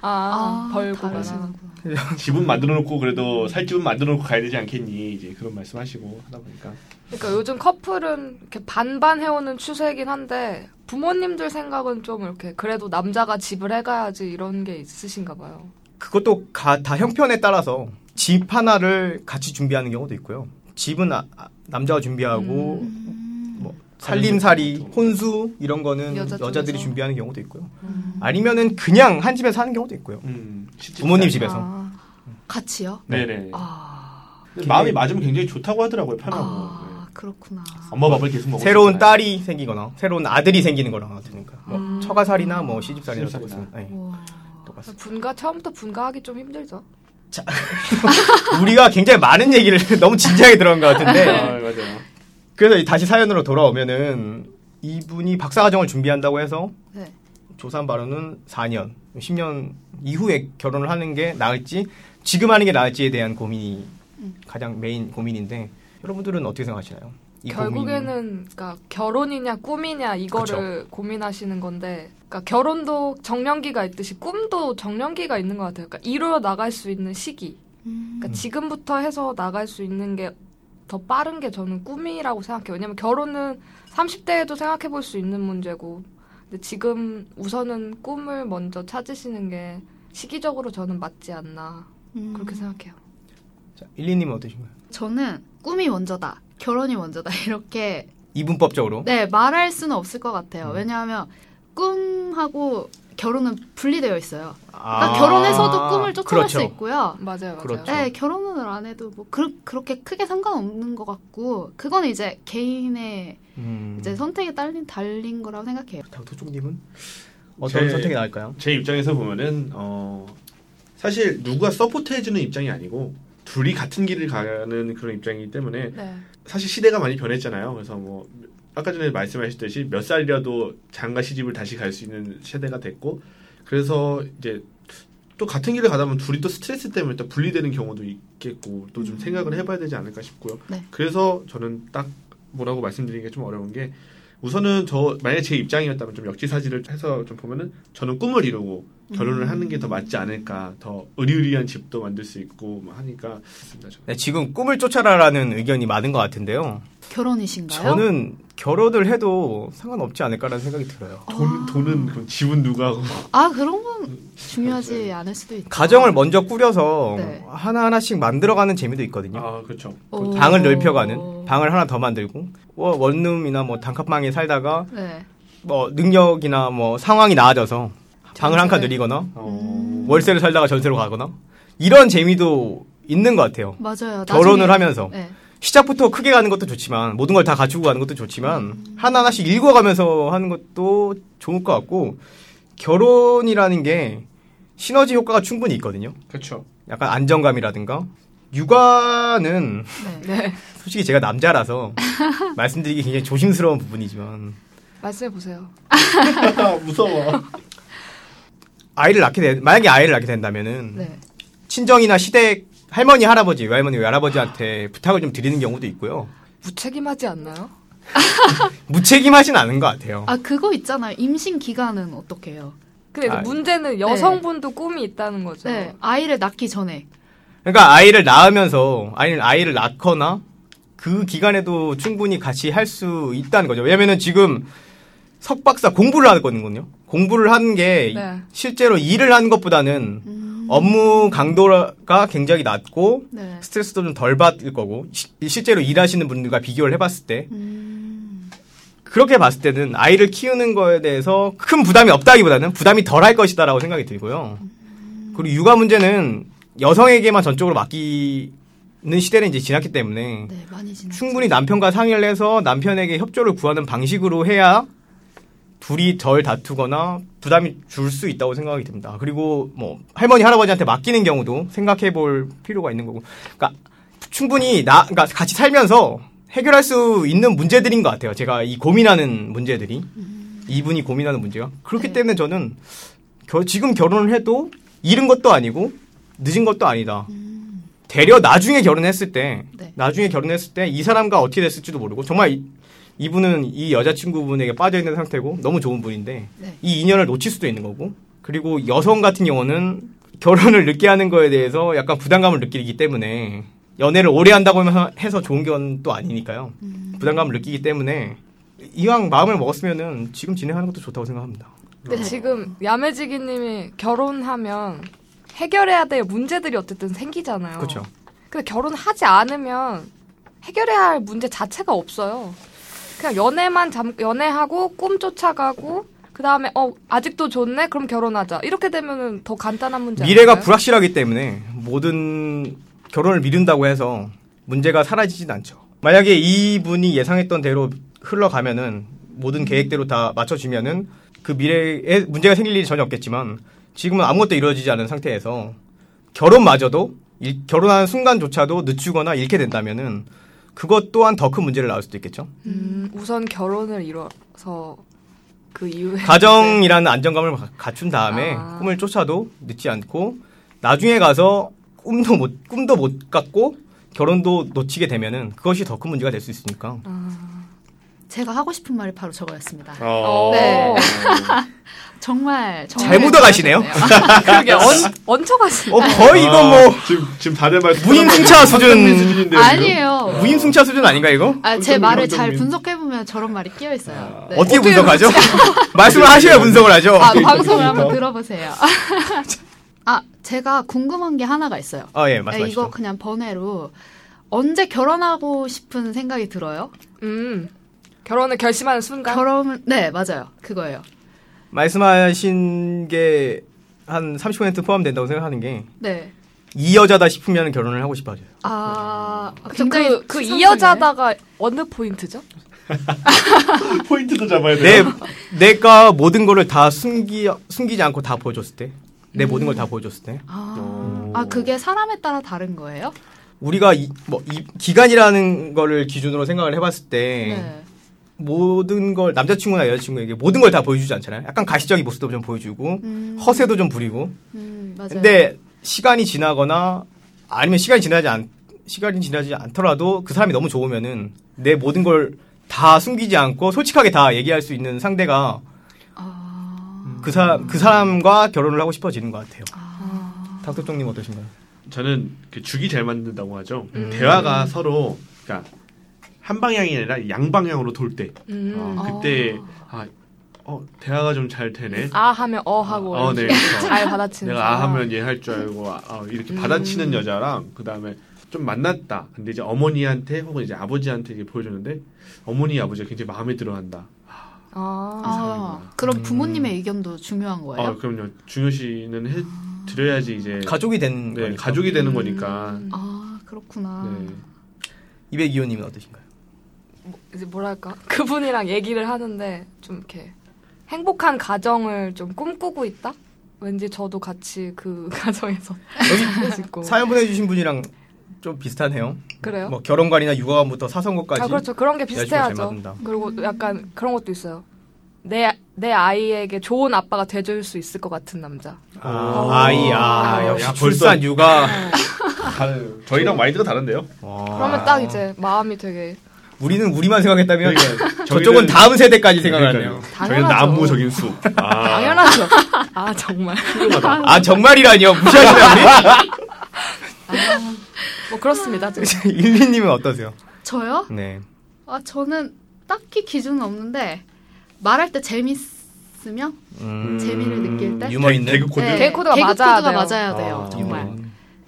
Speaker 4: 아, 벌고 가라.
Speaker 3: 다르시는구나.
Speaker 5: 집은 만들어 놓고 그래도 살 집은 만들어 놓고 가야 되지 않겠니? 이제 그런 말씀하시고 하다 보니까
Speaker 4: 그러니까 요즘 커플은 이렇게 반반 해오는 추세이긴 한데 부모님들 생각은 좀 이렇게 그래도 남자가 집을 해가야지 이런 게 있으신가 봐요.
Speaker 2: 그것도 가- 다 형편에 따라서 집 하나를 같이 준비하는 경우도 있고요. 집은 아- 아- 남자가 준비하고
Speaker 4: 음.
Speaker 2: 뭐 살림살이,
Speaker 5: 것도.
Speaker 2: 혼수 이런 거는
Speaker 4: 여자 쪽에서.
Speaker 2: 여자들이 준비하는 경우도 있고요.
Speaker 4: 음.
Speaker 2: 아니면은 그냥 한 집에 사는 경우도 있고요.
Speaker 5: 음, 시집
Speaker 2: 부모님
Speaker 5: 살-
Speaker 2: 집에서.
Speaker 4: 아,
Speaker 3: 같이요?
Speaker 5: 네네.
Speaker 4: 아,
Speaker 5: 근데 마음이 맞으면 굉장히 좋다고 하더라고요. 편하고. 네.
Speaker 3: 아, 그렇구나.
Speaker 2: 음.
Speaker 5: 엄마 밥을 계속 먹고
Speaker 2: 새로운
Speaker 5: 싶잖아요.
Speaker 2: 딸이 생기거나 새로운 아들이 생기는 거랑 같으니까 뭐
Speaker 4: 음.
Speaker 2: 처가살이나 뭐 시집살이나
Speaker 5: 시집살이나.
Speaker 2: 똑같습니다. 네,
Speaker 3: 우와.
Speaker 2: 똑같습니다.
Speaker 4: 분가 처음부터 분가하기 좀 힘들죠.
Speaker 2: 우리가 굉장히 많은 얘기를 [laughs] 너무 진지하게 들어간 것 같은데
Speaker 5: 아, 맞아요.
Speaker 2: 그래서 이- 다시 사연으로 돌아오면은 이분이 박사과정을 준비한다고 해서
Speaker 3: 네.
Speaker 2: 조사한 바로는 4년, 10년 이후에 결혼을 하는 게 나을지 지금 하는 게 나을지에 대한 고민이
Speaker 3: 음.
Speaker 2: 가장 메인 고민인데 여러분들은 어떻게 생각하시나요? 이 고민.
Speaker 4: 결국에는 그러니까 결혼이냐 꿈이냐 이거를 고민하시는 건데 그러니까 결혼도 정년기가 있듯이 꿈도 정년기가 있는 것 같아요. 그러니까 이루어 나갈 수 있는 시기.
Speaker 3: 음.
Speaker 4: 그러니까 지금부터 해서 나갈 수 있는 게 더 빠른 게 저는 꿈이라고 생각해요. 왜냐면 결혼은 30대에도 생각해 볼 수 있는 문제고 근데 지금 우선은 꿈을 먼저 찾으시는 게 시기적으로 저는 맞지 않나
Speaker 3: 음.
Speaker 4: 그렇게 생각해요.
Speaker 2: 자, 1, 2님은 어떠신가요?
Speaker 3: 저는 꿈이 먼저다. 결혼이 먼저다. [laughs] 이렇게
Speaker 2: 이분법적으로
Speaker 3: 네, 말할 수는 없을 것 같아요.
Speaker 2: 음.
Speaker 3: 왜냐하면 꿈하고 결혼은 분리되어 있어요.
Speaker 2: 아,
Speaker 3: 그러니까 결혼해서도 꿈을 쫓아갈
Speaker 2: 그렇죠.
Speaker 3: 수 있고요.
Speaker 4: 맞아요, 맞아요.
Speaker 2: 그렇죠.
Speaker 3: 네, 결혼을 안 해도 뭐 그, 그렇게 크게 상관없는 것 같고 그건 이제 개인의
Speaker 2: 음.
Speaker 3: 이제 선택에 딸린 달린 거라고 생각해요.
Speaker 2: 닥터 쪽님은 어떤
Speaker 5: 제-
Speaker 2: 선택이 나을까요?
Speaker 5: 제 입장에서 보면은 어 사실 누가 서포트해주는 입장이 아니고 둘이 같은 길을 가는 그런 입장이기 때문에
Speaker 4: 네.
Speaker 5: 사실 시대가 많이 변했잖아요. 그래서 뭐 아까 전에 말씀하셨듯이 몇 살이라도 장가 시집을 다시 갈 수 있는 세대가 됐고 그래서 이제 또 같은 길을 가다 보면 둘이 또 스트레스 때문에 또 분리되는 경우도 있겠고 또 좀
Speaker 3: 음.
Speaker 5: 생각을 해봐야 되지 않을까 싶고요.
Speaker 3: 네.
Speaker 5: 그래서 저는 딱 뭐라고 말씀드리기가 좀 어려운 게 우선은 저 만약에 제 입장이었다면 좀 역지사지를 해서 좀 보면은 저는 꿈을 이루고 결혼을
Speaker 3: 음.
Speaker 5: 하는 게 더 맞지 않을까 더 의리의리한 집도 만들 수 있고 뭐 하니까 좋습니다. 저는.
Speaker 2: 네, 지금 꿈을 쫓아라라는 의견이 많은 것 같은데요.
Speaker 3: 결혼이신가요?
Speaker 2: 저는 결혼을 해도 상관없지 않을까라는 생각이 들어요.
Speaker 5: 돈, 돈은 그럼 집은 누가 하고
Speaker 3: 아 그런 건 중요하지 않을 수도
Speaker 2: 그렇죠.
Speaker 3: 있죠.
Speaker 2: 가정을 먼저 꾸려서
Speaker 3: 네.
Speaker 2: 하나하나씩 만들어가는 재미도 있거든요.
Speaker 5: 아 그렇죠.
Speaker 3: 오.
Speaker 2: 방을 넓혀가는 방을 하나 더 만들고 뭐 원룸이나 뭐 단칸방에 살다가
Speaker 3: 네.
Speaker 2: 뭐 능력이나 뭐 상황이 나아져서 방을 한 칸
Speaker 4: 전세를.
Speaker 2: 늘리거나
Speaker 5: 어.
Speaker 2: 월세를 살다가 전세로 가거나 이런 재미도 있는 것 같아요.
Speaker 3: 맞아요.
Speaker 2: 결혼을
Speaker 3: 나중에-
Speaker 2: 하면서
Speaker 3: 네.
Speaker 2: 시작부터 크게 가는 것도 좋지만 모든 걸 다 갖추고 가는 것도 좋지만 하나하나씩 읽어가면서 하는 것도 좋을 것 같고 결혼이라는 게 시너지 효과가 충분히 있거든요.
Speaker 5: 그렇죠.
Speaker 2: 약간 안정감이라든가 육아는
Speaker 3: 네.
Speaker 4: 네.
Speaker 2: 솔직히 제가 남자라서 말씀드리기 굉장히 조심스러운 부분이지만
Speaker 4: 말씀해 보세요.
Speaker 5: 무서워.
Speaker 2: 아이를 낳게 되, 만약에 아이를 낳게 된다면은
Speaker 3: 네.
Speaker 2: 친정이나 시댁 할머니 할아버지 외할머니 외할아버지한테 부탁을 좀 드리는 경우도 있고요
Speaker 4: 무책임하지 않나요?
Speaker 2: 무책임하진 않은 것 같아요.
Speaker 3: 아 그거 있잖아요. 임신 기간은 어떻게 해요?
Speaker 4: 근데 이제
Speaker 2: 아, 그렇죠.
Speaker 4: 문제는 여성분도 꿈이 있다는 거죠.
Speaker 3: 네, 아이를 네, 낳기 전에
Speaker 2: 그러니까 아이를 낳으면서 아이는 아이를 낳거나 그 기간에도 충분히 같이 할 수 있다는 거죠. 왜냐면은 지금 석박사 공부를 하거든요. 공부를 하는 게
Speaker 4: 네.
Speaker 2: 실제로 일을 하는 것보다는
Speaker 3: 음,
Speaker 2: 업무 강도가 굉장히 낮고
Speaker 3: 네.
Speaker 2: 스트레스도 좀 덜 받을 거고 시- 실제로 일하시는 분들과 비교를 해봤을 때
Speaker 3: 음,
Speaker 2: 그렇게 봤을 때는 아이를 키우는 거에 대해서 큰 부담이 없다기보다는 부담이 덜 할 것이다라고 생각이 들고요. 그리고 육아 문제는 여성에게만 전적으로 맡기는 시대는 이제 지났기 때문에
Speaker 3: 네, 많이 지나.
Speaker 2: 음. 충분히 남편과 상의를 해서 남편에게 협조를 구하는 방식으로 해야 둘이 덜 다투거나 부담이 줄 수 있다고 생각이 듭니다. 그리고 뭐 할머니 할아버지한테 맡기는 경우도 생각해 볼 필요가 있는 거고. 그러니까 충분히 나 그러니까 같이 살면서 해결할 수 있는 문제들인 것 같아요. 제가 이 고민하는 문제들이 이분이 고민하는 문제가 그렇기
Speaker 3: 음. 네.
Speaker 2: 때문에 저는 겨- 지금 결혼을 해도 이른 것도 아니고 늦은 것도 아니다.
Speaker 3: 음,
Speaker 2: 되려 나중에 결혼했을 때
Speaker 3: 네.
Speaker 2: 나중에 결혼했을 때 이 사람과 어떻게 됐을지도 모르고 정말 이, 이분은 이 여자친구분에게 빠져 있는 상태고 너무 좋은 분인데
Speaker 3: 네.
Speaker 2: 이 인연을 놓칠 수도 있는 거고 그리고 여성 같은 경우는 결혼을 늦게 하는 거에 대해서 약간 부담감을 느끼기 때문에 연애를 오래 한다고 해서- 해서 좋은 건 또 아니니까요
Speaker 3: 음,
Speaker 2: 부담감을 느끼기 때문에 이왕 마음을 먹었으면은 지금 진행하는 것도 좋다고 생각합니다.
Speaker 4: 근데
Speaker 3: 네.
Speaker 4: 지금 야매지기님이 결혼하면 해결해야 될 문제들이 어쨌든 생기잖아요.
Speaker 2: 그렇죠.
Speaker 4: 근데 결혼하지 않으면 해결해야 할 문제 자체가 없어요. 그냥 연애만 잠, 연애하고 꿈 쫓아가고 그 다음에 어 아직도 좋네 그럼 결혼하자 이렇게 되면은 더 간단한 문제
Speaker 2: 미래가
Speaker 4: 아닐까요?
Speaker 2: 불확실하기 때문에 모든 결혼을 미룬다고 해서 문제가 사라지진 않죠. 만약에 이분이 예상했던 대로 흘러가면은 모든 계획대로 다 맞춰지면은 그 미래에 문제가 생길 일이 전혀 없겠지만 지금은 아무것도 이루어지지 않은 상태에서 결혼마저도 일- 결혼하는 순간조차도 늦추거나 잃게 된다면은 그것 또한 더 큰 문제를 낳을 수도 있겠죠.
Speaker 4: 음, 우선 결혼을 이뤄서 그 이후에 [laughs]
Speaker 2: 가정이라는 안정감을 가- 갖춘 다음에
Speaker 4: 아.
Speaker 2: 꿈을 쫓아도 늦지 않고 나중에 가서 꿈도 못 꿈도 못 갖고 결혼도 놓치게 되면은 그것이 더 큰 문제가 될 수 있으니까
Speaker 3: 제가 하고 싶은 말이 바로 저거였습니다.
Speaker 5: 어. [laughs]
Speaker 3: 네. 정말 정말
Speaker 2: 잘 묻어가시네요.
Speaker 3: 잘하셨네요.
Speaker 4: 그러게 얹, 얹혀가시
Speaker 2: 어 거의 이거 뭐
Speaker 5: 아, 지금 지금 다들 말
Speaker 2: 무임승차 수준
Speaker 3: [laughs]
Speaker 5: 수준인데
Speaker 3: 아니에요.
Speaker 2: 무임승차 수준 아닌가 이거?
Speaker 3: 아, 제
Speaker 5: 황정민,
Speaker 3: 말을 잘
Speaker 5: 황정민.
Speaker 3: 분석해 보면 저런 말이 끼어 있어요. 네.
Speaker 2: 아, 어떻게 분석하죠? [laughs] 말씀을 하셔야 분석을 하죠.
Speaker 3: 아,
Speaker 2: 아,
Speaker 3: 방송을 한번
Speaker 2: [laughs]
Speaker 3: 들어보세요. 아, 제가 궁금한 게 하나가 있어요.
Speaker 2: 예,
Speaker 3: 네,
Speaker 2: 말씀하시죠.
Speaker 3: 이거 그냥 번외로 언제 결혼하고 싶은 생각이 들어요?
Speaker 4: 음 결혼을 결심하는 순간
Speaker 3: 결혼 네 맞아요 그거예요.
Speaker 2: 말씀하신 게 한 30% 포함된다고 생각하는 게 이
Speaker 3: 네.
Speaker 2: 여자다 싶으면 결혼을 하고 싶어져요.
Speaker 3: 아 굉장히
Speaker 4: 그, 그
Speaker 3: 추상적이네.
Speaker 4: 이 여자다가 어느 포인트죠?
Speaker 5: [laughs] 포인트도 잡아야
Speaker 2: 내
Speaker 5: 돼요.
Speaker 2: 내가 모든 거를 다 숨기 숨기지 않고 다 보여줬을 때, 내 모든 걸 다 보여줬을 때,
Speaker 3: 아, 아 그게 사람에 따라 다른 거예요?
Speaker 2: 우리가 이, 뭐 이, 기간이라는 거를 기준으로 생각을 해봤을 때
Speaker 3: 네.
Speaker 2: 모든 걸 남자친구나 여자친구에게 모든 걸 다 보여주지 않잖아요. 약간 가시적인 모습도 좀 보여주고
Speaker 3: 음.
Speaker 2: 허세도 네. 좀 부리고.
Speaker 3: 음, 맞아요.
Speaker 2: 근데 시간이 지나거나 아니면 시간이 지나지 않 시간이 지나지 않더라도 그 사람이 너무 좋으면은 내 모든 걸 다 숨기지 않고 솔직하게 다 얘기할 수 있는 상대가
Speaker 3: 아,
Speaker 2: 그 사람 그 사람과 결혼을 하고 싶어지는 것 같아요. 닥터종님 어떠신가요?
Speaker 5: 저는 그 죽이 잘 만든다고 하죠. 대화가 서로 그러니까 한 방향이 아니라 양방향으로 돌 때.
Speaker 4: 음.
Speaker 5: 어, 그때 아, 어, 대화가 좀 잘 되네.
Speaker 4: 아 하면 어 하고
Speaker 5: 어, 네.
Speaker 4: 이렇게
Speaker 5: 그렇죠.
Speaker 4: 잘 받아치는
Speaker 5: 내가 아
Speaker 4: 사람.
Speaker 5: 하면 얘 할 줄 알고 아, 아, 이렇게 받아치는 여자랑 그 다음에 좀 만났다. 근데 이제 어머니한테 혹은 이제 아버지한테 이게 보여줬는데 어머니 아버지가 굉장히 마음에 들어한다.
Speaker 4: 아,
Speaker 3: 아, 그럼 부모님의 의견도 중요한 거예요?
Speaker 5: 아, 그럼요. 중요시는 해 드려야지 이제
Speaker 2: 아, 가족이 되는
Speaker 5: 네,
Speaker 2: 거니까.
Speaker 5: 가족이
Speaker 4: 음.
Speaker 5: 되는 거니까.
Speaker 3: 아 그렇구나.
Speaker 5: 네.
Speaker 2: 이백이호님은 어떠신가요?
Speaker 4: 이제 뭐랄까 [laughs] 그분이랑 얘기를 하는데 좀 이렇게 행복한 가정을 좀 꿈꾸고 있다. 왠지 저도 같이 그 [laughs] 가정에서 있고
Speaker 2: 사연 보내주신 분이랑 좀 비슷하네요.
Speaker 4: 그래요.
Speaker 2: 뭐 결혼관이나 육아관부터 사선거까지.
Speaker 4: 아 그렇죠. 그런 게
Speaker 2: 여자친구가 잘
Speaker 4: 비슷해야죠.
Speaker 2: 맞는다.
Speaker 4: 그리고 약간 그런 것도 있어요. 내 내 아이에게 좋은 아빠가 돼줄 수 있을 것 같은 남자.
Speaker 5: 네.
Speaker 2: 아, 아이야
Speaker 5: 아,
Speaker 2: 역시
Speaker 5: 야,
Speaker 2: 출산 육아.
Speaker 5: 다른- 저희랑 마인드가 다른데요.
Speaker 4: 네.
Speaker 2: 아.
Speaker 4: 그러면 딱 이제 마음이 되게
Speaker 2: 우리는 우리만 생각했다면
Speaker 5: 그러니까
Speaker 2: 저쪽은
Speaker 5: 저희는-
Speaker 2: 다음 세대까지 생각하네요.
Speaker 5: 그러니까요.
Speaker 4: 당연하죠.
Speaker 5: 저희는 나무 적인 숲. 아,
Speaker 4: 당연하죠. 아 정말. [laughs]
Speaker 5: 훌륭하다.
Speaker 2: 아 정말이라니요 무시하시나 우리?
Speaker 4: 아, 뭐 그렇습니다.
Speaker 2: 음.
Speaker 4: 지금.
Speaker 2: 일리님은 어떠세요?
Speaker 3: 저요?
Speaker 2: 네.
Speaker 3: 아, 저는 딱히 기준은 없는데 말할 때 재밌으며
Speaker 2: 음,
Speaker 3: 재미를 느낄 때?
Speaker 2: 유머 있는
Speaker 5: 개그 코드
Speaker 3: 네,
Speaker 4: 개그 코드가
Speaker 3: 개그
Speaker 4: 맞아야
Speaker 3: 코드가
Speaker 4: 돼요.
Speaker 3: 맞아야 돼요.
Speaker 5: 아,
Speaker 3: 정말.
Speaker 2: 유머.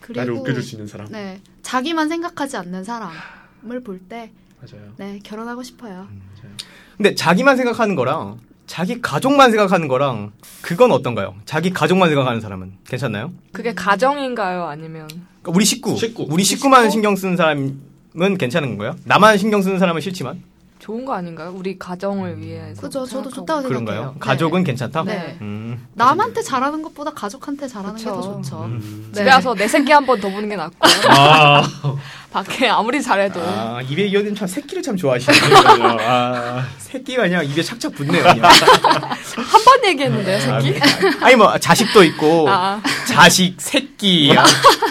Speaker 3: 그리고
Speaker 5: 나를 웃겨줄 수 있는 사람.
Speaker 3: 네. 자기만 생각하지 않는 사람을 볼 때
Speaker 5: 맞아요.
Speaker 3: 네, 결혼하고 싶어요.
Speaker 2: 음.
Speaker 5: 맞아요.
Speaker 2: 근데 자기만 생각하는 거랑 자기 가족만 생각하는 거랑 그건 어떤가요? 자기 가족만 생각하는 사람은 괜찮나요?
Speaker 4: 그게 가정인가요? 아니면
Speaker 2: 그러니까 우리 식구,
Speaker 5: 식구.
Speaker 2: 우리 식구만
Speaker 4: 식구?
Speaker 2: 신경 쓰는 사람은 괜찮은 건가요? 나만 신경 쓰는 사람은 싫지만
Speaker 4: 좋은 거 아닌가요? 우리 가정을
Speaker 2: 음.
Speaker 4: 위해서.
Speaker 3: 그죠? 저도
Speaker 4: 생각하고.
Speaker 3: 좋다고 생각해요.
Speaker 2: 그런가요?
Speaker 3: 네.
Speaker 2: 가족은 괜찮다.
Speaker 3: 네.
Speaker 2: 음.
Speaker 3: 남한테 잘하는 것보다 가족한테 잘하는 게 더
Speaker 4: 그쵸.
Speaker 3: 좋죠.
Speaker 5: 음.
Speaker 4: 네. 집에 와서 내 새끼 한 번 더 보는 게 낫고
Speaker 5: 아,
Speaker 4: [laughs] 밖에 아무리
Speaker 3: 네.
Speaker 4: 잘해도
Speaker 2: 아 입에 이어진 참 새끼를 참 좋아하시네. [laughs]
Speaker 5: 맞아요. 아,
Speaker 2: 새끼가 그냥 입에 착착 붙네요. 그냥.
Speaker 4: 한 번 얘기했는데요, 새끼.
Speaker 2: 아, 아니 뭐 자식도 있고
Speaker 4: 아,
Speaker 2: 자식 새끼 아,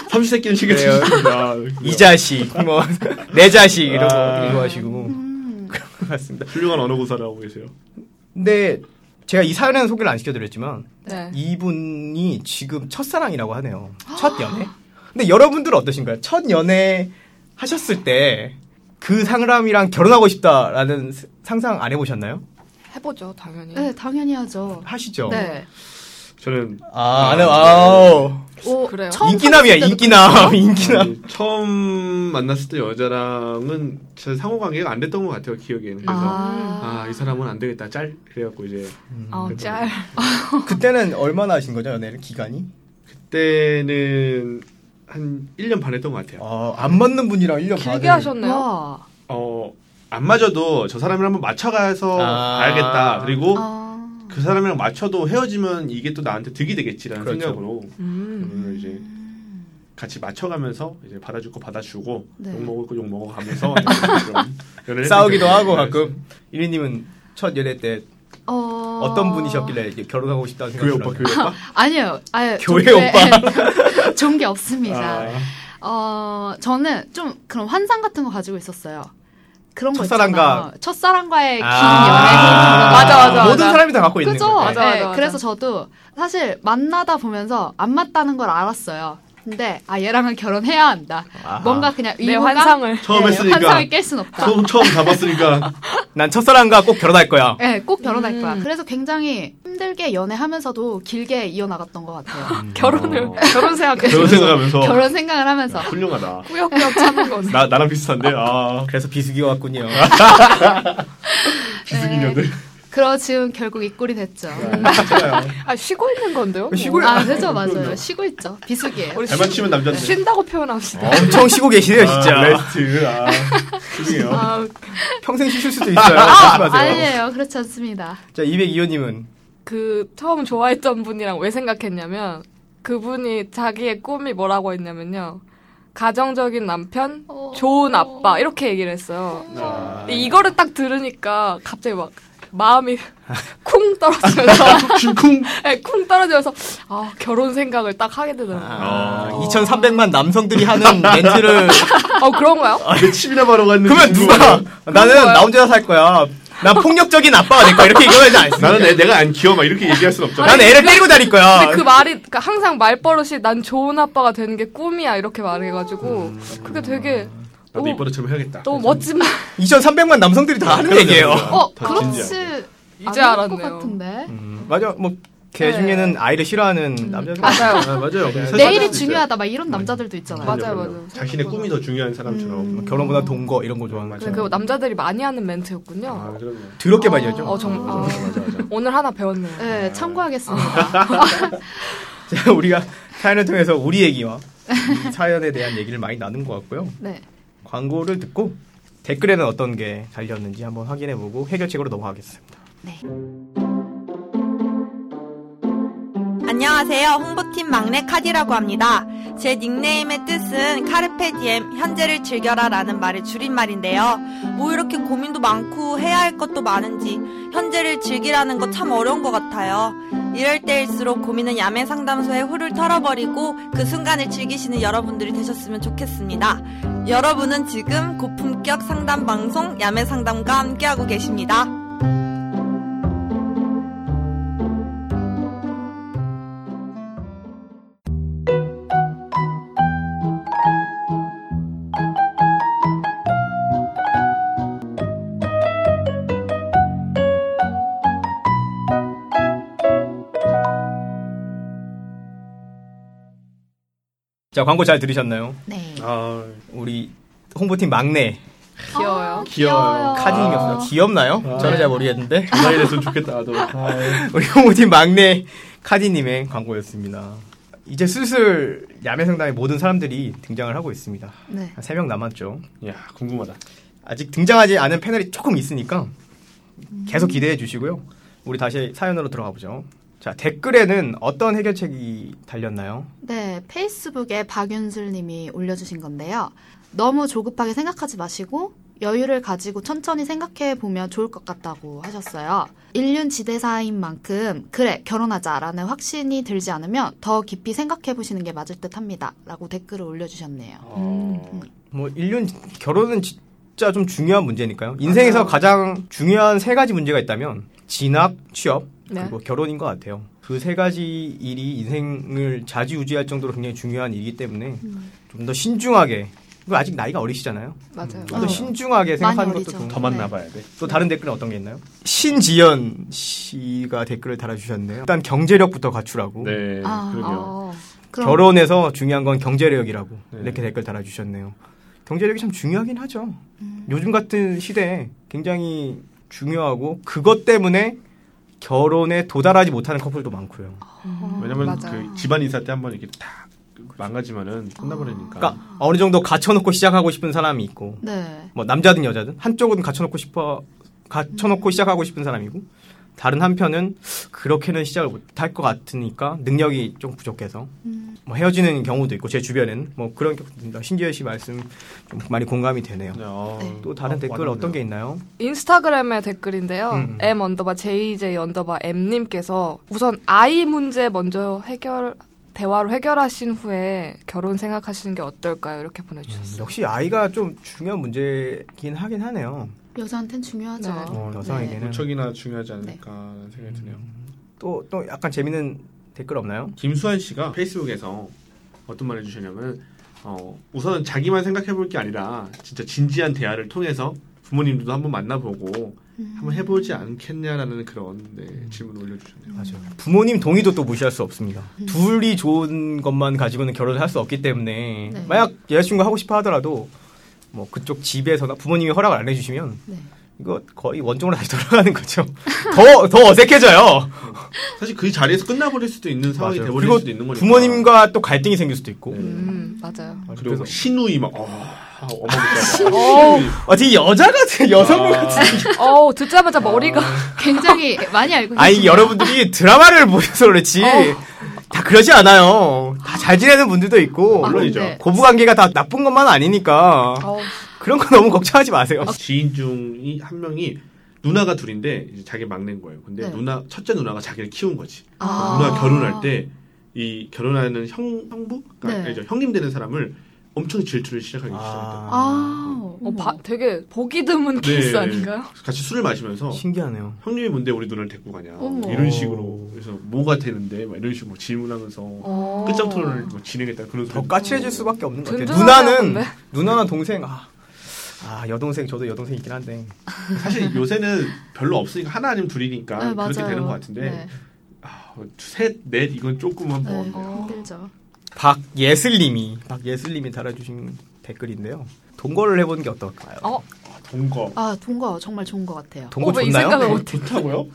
Speaker 5: 삼시세끼는 신경
Speaker 2: 그래요. 아,
Speaker 5: [laughs] 쓰십니다.
Speaker 2: 이 자식 뭐 [laughs] 내 자식 이런
Speaker 5: 아.
Speaker 2: 거 이거 하시고
Speaker 3: 음.
Speaker 4: 그
Speaker 2: 맞습니다.
Speaker 5: 훌륭한 언어 고사를 하고 계세요.
Speaker 2: 근데 제가 이 사연에는 소개를 안 시켜드렸지만
Speaker 4: 네.
Speaker 2: 이분이 지금 첫사랑이라고 하네요. 첫 연애. 근데 여러분들은 어떠신가요? 첫 연애 하셨을 때 그 사람이랑 결혼하고 싶다라는 스- 상상 안 해보셨나요?
Speaker 4: 해보죠, 당연히.
Speaker 3: 네, 당연히 하죠.
Speaker 2: 하시죠.
Speaker 3: 네.
Speaker 5: 저는
Speaker 2: 아, 안 해. 아
Speaker 3: 오,
Speaker 4: 그래요.
Speaker 3: 처음
Speaker 2: 인기남이야,
Speaker 3: 사귀었을 때도
Speaker 2: 인기남,
Speaker 3: [laughs]
Speaker 2: 인기남.
Speaker 5: 아니, 처음 만났을 때 여자랑은 제 상호 관계가 안 됐던 것 같아요 기억에는. 그래서
Speaker 3: 아,
Speaker 5: 아 이 사람은 안 되겠다 짤 그래갖고 이제
Speaker 4: 어, 짤.
Speaker 2: 그때는 얼마나 하신 거죠, 연애 기간이?
Speaker 5: 그때는 한1년 반 했던 것 같아요.
Speaker 2: 어, 안 맞는 분이랑 1년 반.
Speaker 4: 길게 하셨네요.
Speaker 3: 와.
Speaker 5: 어 안 맞아도 저 사람을 한번 맞춰가서
Speaker 2: 아.
Speaker 5: 봐야겠다. 그리고
Speaker 4: 어.
Speaker 3: 아.
Speaker 5: 그 사람이랑 맞춰도 헤어지면 이게 또 나한테 득이 되겠지라는
Speaker 2: 그렇죠.
Speaker 5: 생각으로
Speaker 4: 음.
Speaker 5: 오늘 이제 같이 맞춰가면서 이제 받아줄 거 받아주고
Speaker 3: 네.
Speaker 5: 욕 먹을 거 욕 먹어가면서 그런 연애를
Speaker 2: 싸우기도
Speaker 5: 했던
Speaker 2: 하고
Speaker 5: 기억이
Speaker 2: 가끔. 이리님은 첫 연애 때
Speaker 3: 어...
Speaker 4: 아.
Speaker 2: 어떤 분이셨길래 이렇게 결혼하고 싶다는
Speaker 5: 교회
Speaker 2: 생각이
Speaker 5: 오빠 교회 오빠
Speaker 3: 아니요, 아니,
Speaker 2: 교회
Speaker 3: [laughs] 오빠. 좋은 게 없습니다.
Speaker 5: 아,
Speaker 3: 어, 저는 좀 그런 환상 같은 거 가지고 있었어요. 그런 거
Speaker 2: 첫사랑과-
Speaker 3: 있잖아요. 첫사랑과의
Speaker 4: 네,
Speaker 3: 긴
Speaker 4: 아.
Speaker 3: 연애.
Speaker 4: 맞아, 맞아,
Speaker 2: 모든
Speaker 4: 맞아.
Speaker 2: 사람이 다 갖고 있는
Speaker 3: 그죠?
Speaker 2: 거예요.
Speaker 4: 맞아, 맞아,
Speaker 3: 네,
Speaker 4: 맞아.
Speaker 3: 그래서 저도 사실 만나다 보면서 안 맞다는 걸 알았어요. 근데 아 얘랑은 결혼해야 한다.
Speaker 2: 아하.
Speaker 3: 뭔가 그냥
Speaker 4: 내
Speaker 3: 의무감?
Speaker 4: 환상을.
Speaker 5: 처음
Speaker 3: 네,
Speaker 5: 했으니까.
Speaker 3: 환상을 깰 순 없다.
Speaker 5: 처음 처음
Speaker 2: [laughs]
Speaker 5: 잡았으니까
Speaker 2: 난 첫사랑과 꼭 결혼할 거야.
Speaker 3: 네, 꼭 결혼할
Speaker 4: 음.
Speaker 3: 거야. 그래서 굉장히 힘들게 연애하면서도 길게 이어나갔던 것 같아요. [laughs]
Speaker 4: 결혼을
Speaker 5: 어.
Speaker 4: 음. 결혼 생각.
Speaker 5: 그런 생각하면서
Speaker 3: 결혼 생각을 하면서
Speaker 5: 야,
Speaker 4: 네.
Speaker 5: 훌륭하다.
Speaker 4: 꾸역꾸역 참은 거.
Speaker 5: 나 나랑 비슷한데 아
Speaker 2: 그래서 비수기 왔군요.
Speaker 5: 비수기녀들.
Speaker 3: 그러 지금 결국 이 꼴이 됐죠.
Speaker 4: 아 쉬고 있는 건데요? 뭐.
Speaker 2: 쉬고
Speaker 3: 아, 그죠, 맞아요. 쉬고 있죠. 비수기예요.
Speaker 4: 우리
Speaker 5: 잘 맞추면 남자인데.
Speaker 4: 쉰다고 표현합시다.
Speaker 2: 엄청 쉬고 계시네요, 진짜.
Speaker 5: 아, 레스트 아 훌륭해요.
Speaker 4: 아,
Speaker 2: 평생 쉬실 수도 있어요. 조심하세요.
Speaker 3: 아니에요, 그렇지 않습니다.
Speaker 2: 자, 202호님은
Speaker 4: 그 처음 좋아했던 분이랑 왜 생각했냐면 그분이 자기의 꿈이 뭐라고 했냐면요. 가정적인 남편,
Speaker 3: 어.
Speaker 4: 좋은 아빠 이렇게 얘기를 했어요.
Speaker 5: 아,
Speaker 4: 근데 이거를 딱 들으니까 갑자기 막 마음이 [laughs] 쿵 떨어지면서
Speaker 5: 심쿵.
Speaker 4: 네, 쿵 떨어지면서 아 결혼 생각을 딱 하게 되더라고요.
Speaker 2: 아,
Speaker 5: 아.
Speaker 2: 2,300만 남성들이 하는 멘트를
Speaker 4: 어 그런가요?
Speaker 5: 내 아, 침이나 바로 갔는데.
Speaker 2: 그러면 누가 나는
Speaker 4: 거야.
Speaker 2: 나 혼자 살 거야. 난 폭력적인 아빠가 될 거야. 이렇게 얘기하지 않습니다.
Speaker 5: 나는 애, 내가 안 귀여워 막 이렇게 얘기할 순 없잖아.
Speaker 2: 나는 애를 때리고 다닐 거야.
Speaker 4: 근데 그 말이 그러니까 항상 말버릇이 난 좋은 아빠가 되는 게 꿈이야 이렇게 말해가지고 그게 되게
Speaker 5: 음. 나도
Speaker 4: 너무,
Speaker 5: 이번에 처럼 해야겠다.
Speaker 4: 너무 멋진 말
Speaker 2: 2,300만 남성들이 다 하는
Speaker 5: 그러네요.
Speaker 2: 얘기예요.
Speaker 3: 어,
Speaker 5: 더
Speaker 3: 그렇지.
Speaker 5: 진지하게.
Speaker 4: 이제
Speaker 3: 않을 것
Speaker 4: 알았네요.
Speaker 3: 같은데.
Speaker 2: 음, 맞아. 뭐
Speaker 4: 네.
Speaker 2: 개 중에는 아이를 싫어하는
Speaker 4: 음.
Speaker 2: 남자들
Speaker 4: 맞아요.
Speaker 5: 아, 맞아요. 그래서
Speaker 3: 내일이
Speaker 5: 사실
Speaker 3: 중요하다, 막 이런 남자들도 있잖아요.
Speaker 5: 음.
Speaker 4: 맞아. 맞아요, 맞아요.
Speaker 5: 자신의 꿈이 더 중요한 사람처럼.
Speaker 2: 뭐 결혼보다 동거 이런 거 좋아하는
Speaker 5: 맞아요.
Speaker 4: 근데
Speaker 2: 거죠.
Speaker 4: 그 남자들이 많이 하는
Speaker 5: 아,
Speaker 4: 멘트였군요.
Speaker 5: 그럼요. 음.
Speaker 2: 더럽게 많이 하죠.
Speaker 4: 어
Speaker 2: [laughs]
Speaker 4: 정말 아,
Speaker 5: 맞아, 맞아, 맞아.
Speaker 4: [laughs] 오늘 하나 배웠네요.
Speaker 3: 네, 참고하겠습니다.
Speaker 2: 자, 우리가 사연을 통해서 우리 얘기와
Speaker 4: [laughs]
Speaker 2: 이 사연에 대한 얘기를 많이 나눈 것 같고요.
Speaker 3: [laughs] 네.
Speaker 2: 광고를 듣고 댓글에는 어떤 게 달렸는지 한번 확인해보고 해결책으로 넘어가겠습니다.
Speaker 6: 안녕하세요. 홍보팀 막내 카디라고 합니다. 제 닉네임의 뜻은 카르페디엠, 현재를 즐겨라 라는 말의 줄임말인데요. 뭐 이렇게 고민도 많고 해야 할 것도 많은지 현재를 즐기라는 거 참 어려운 것 같아요. 이럴 때일수록 고민은 야매 상담소에 홀을 털어버리고 그 순간을 즐기시는 여러분들이 되셨으면 좋겠습니다. 여러분은 지금 고품격 상담 방송 야매 상담과 함께하고 계십니다.
Speaker 2: 자, 광고 잘 들으셨나요?
Speaker 3: 네.
Speaker 5: 아,
Speaker 2: 우리 홍보팀 막내
Speaker 4: 귀여워요.
Speaker 5: 귀여워요.
Speaker 2: 카디님이었어요. 귀엽나요?
Speaker 5: 아.
Speaker 2: 저는 잘 모르겠는데. [laughs]
Speaker 5: 전화이 됐으면 좋겠다. 나도.
Speaker 2: 우리 홍보팀 막내 카디님의 광고였습니다. 이제 슬슬 야매성당의 모든 사람들이 등장을 하고 있습니다.
Speaker 3: 네.
Speaker 2: 한 3명 남았죠.
Speaker 5: 야, 궁금하다.
Speaker 2: 아직 등장하지 않은 패널이 조금 있으니까 계속 기대해 주시고요. 우리 다시 사연으로 들어가 보죠. 자, 댓글에는 어떤 해결책이 달렸나요?
Speaker 3: 네, 페이스북에 박윤슬 님이 올려주신 건데요. 너무 조급하게 생각하지 마시고 여유를 가지고 천천히 생각해 보면 좋을 것 같다고 하셨어요. 인륜 지대사인 만큼 그래 결혼하자라는 확신이 들지 않으면 더 깊이 생각해 보시는 게 맞을 듯합니다.라고 댓글을 올려주셨네요.
Speaker 5: 어,
Speaker 2: 뭐 1년 결혼은 진짜 좀 중요한 문제니까요. 인생에서 가장 중요한 세 가지 문제가 있다면 진학, 취업,
Speaker 4: 네.
Speaker 2: 그리고 결혼인 것 같아요. 그 세 가지 일이 인생을 좌지우지할 정도로 굉장히 중요한 일이기 때문에
Speaker 3: 음.
Speaker 2: 좀 더 신중하게 그리고 아직 나이가 어리시잖아요.
Speaker 5: 음,
Speaker 4: 맞아요.
Speaker 2: 좀 더
Speaker 3: 어.
Speaker 2: 신중하게 생각하는 것도
Speaker 3: 어리죠. 네.
Speaker 2: 좋은
Speaker 5: 더
Speaker 2: 것
Speaker 5: 만나 봐야 돼.
Speaker 2: 또 다른 댓글은 어떤 게 있나요? 신지연 씨가 댓글을 달아주셨네요. 일단 경제력부터 갖추라고.
Speaker 5: 네.
Speaker 4: 아,
Speaker 5: 그러게요.
Speaker 3: 어, 그럼
Speaker 2: 결혼에서 중요한 건 경제력이라고
Speaker 5: 네.
Speaker 2: 이렇게 댓글 달아주셨네요. 경제력이 참 중요하긴 하죠.
Speaker 3: 음.
Speaker 2: 요즘 같은 시대에 굉장히 중요하고 그것 때문에 결혼에 도달하지 못하는 커플도 많고요.
Speaker 3: 아.
Speaker 5: 왜냐면
Speaker 4: 맞아요.
Speaker 5: 그 집안 인사 때 한번 이렇게 다 망가지면은 끝나버리니까.
Speaker 2: 그러니까 어느 정도 갖춰놓고 시작하고 싶은 사람이 있고
Speaker 3: 네.
Speaker 2: 뭐 남자든 여자든 한쪽은 갖춰놓고 싶어 갖춰놓고 시작하고 싶은 사람이고 다른 한편은 그렇게는 시작을 못할 것 같으니까 능력이 좀 부족해서
Speaker 3: 음.
Speaker 2: 뭐 헤어지는 경우도 있고 제 주변엔 뭐 그런 경우입니다. 신지혜 씨 말씀 좀 많이 공감이 되네요.
Speaker 5: 네, 어,
Speaker 3: 네.
Speaker 2: 또 다른
Speaker 5: 어,
Speaker 2: 댓글
Speaker 5: 와닿네요.
Speaker 2: 어떤 게 있나요?
Speaker 4: 인스타그램의 댓글인데요.
Speaker 2: 음, 음.
Speaker 4: M 언더바 JJ 언더바 M님께서 우선 아이 문제 먼저 해결 대화로 해결하신 후에 결혼 생각하시는 게 어떨까요? 이렇게
Speaker 5: 음,
Speaker 4: 보내주셨어요.
Speaker 2: 역시 아이가 좀 중요한 문제긴 하긴 하네요.
Speaker 3: 여자한텐 중요하죠.
Speaker 4: 네.
Speaker 2: 어, 여성에게는
Speaker 5: 무척이나 중요하지 않을까 하는 생각이 드네요.
Speaker 2: 또 또 약간 재밌는 댓글 없나요?
Speaker 5: 김수환 씨가 페이스북에서 어떤 말을 주셨냐면 어, 우선은 자기만 생각해 볼 게 아니라 진짜 진지한 대화를 통해서 부모님들도 한번 만나보고
Speaker 3: 음.
Speaker 5: 한번 해보지 않겠냐라는 그런 네, 질문을 올려주셨네요.
Speaker 2: 맞아요. 부모님 동의도 또 무시할 수 없습니다. 둘이 좋은 것만 가지고는 결혼을 할 수 없기 때문에
Speaker 3: 네.
Speaker 2: 만약 여자친구 하고 싶어 하더라도 뭐 그쪽 집에서나 부모님이 허락을 안 해주시면
Speaker 3: 네.
Speaker 2: 이거 거의 원종으로 다시 돌아가는 거죠. 더 더 어색해져요.
Speaker 5: 사실 그 자리에서 끝나버릴 수도 있는 상황이
Speaker 2: 맞아요.
Speaker 5: 돼버릴
Speaker 2: 그리고
Speaker 5: 수도 있는 거니까.
Speaker 2: 부모님과 또 갈등이 생길 수도 있고.
Speaker 5: 네.
Speaker 4: 음, 맞아요.
Speaker 5: 그리고
Speaker 2: 그래서-
Speaker 5: 막 신우이 막 어, 어머니가 아.
Speaker 2: 아, 되게 여자 같은 여성분 같은.
Speaker 4: 어우, 듣자마자 머리가.
Speaker 3: 굉장히 많이 알고 계시네요.
Speaker 2: 아니 여러분들이 드라마를 보셔서 그렇지
Speaker 4: 어.
Speaker 2: 다 그러지 않아요. 다 잘 지내는 분들도 있고
Speaker 5: 아, 물론이죠.
Speaker 3: 네.
Speaker 2: 고부 관계가 다 나쁜 것만 아니니까
Speaker 4: 어우,
Speaker 2: 그런 거 너무 걱정하지 마세요.
Speaker 5: 지인 중이 한 명이 누나가 둘인데 이제 자기 막내인 거예요. 근데
Speaker 3: 네.
Speaker 5: 누나 첫째 누나가 자기를 키운 거지.
Speaker 3: 아.
Speaker 5: 누나 결혼할 때 이 결혼하는 형 형부, 그러니까
Speaker 3: 네.
Speaker 5: 아니죠. 형님 되는 사람을 엄청 질투를 시작하기 시작했다.
Speaker 3: 아,
Speaker 5: 음.
Speaker 4: 어, 바- 되게 보기 드문
Speaker 5: 네.
Speaker 4: 케이스 아닌가요?
Speaker 5: 같이 술을 마시면서
Speaker 2: 신기하네요.
Speaker 5: 형님이 뭔데 우리 누나를 데리고 가냐 뭐
Speaker 3: 어머.
Speaker 5: 이런 식으로 그래서 뭐가 되는데 막 이런 식으로 질문하면서
Speaker 4: 어.
Speaker 5: 끝장 토론을 뭐 진행했다 그런
Speaker 2: 더
Speaker 5: 소리.
Speaker 2: 까칠해질 수밖에 없는 것 같아요.
Speaker 4: 든든하네요,
Speaker 2: 누나는
Speaker 4: 근데.
Speaker 2: 누나나 동생 아, 아 여동생 저도 여동생 있긴 한데
Speaker 5: 사실 요새는 별로 없으니까 하나 아니면 둘이니까
Speaker 3: 네, 맞아요.
Speaker 5: 그렇게 되는 것 같은데
Speaker 3: 네.
Speaker 5: 아, 셋넷 이건 조금
Speaker 3: 네,
Speaker 5: 한번
Speaker 3: 힘들죠.
Speaker 2: 박예슬님이 박예슬님이 달아주신 댓글인데요. 동거를 해보는 게 어떨까요?
Speaker 4: 어?
Speaker 5: 동거
Speaker 3: 아, 동거 정말 좋은 것 같아요.
Speaker 2: 동거
Speaker 4: 어, 왜이
Speaker 2: 좋나요?
Speaker 4: 생각을 못-
Speaker 5: 좋다고요?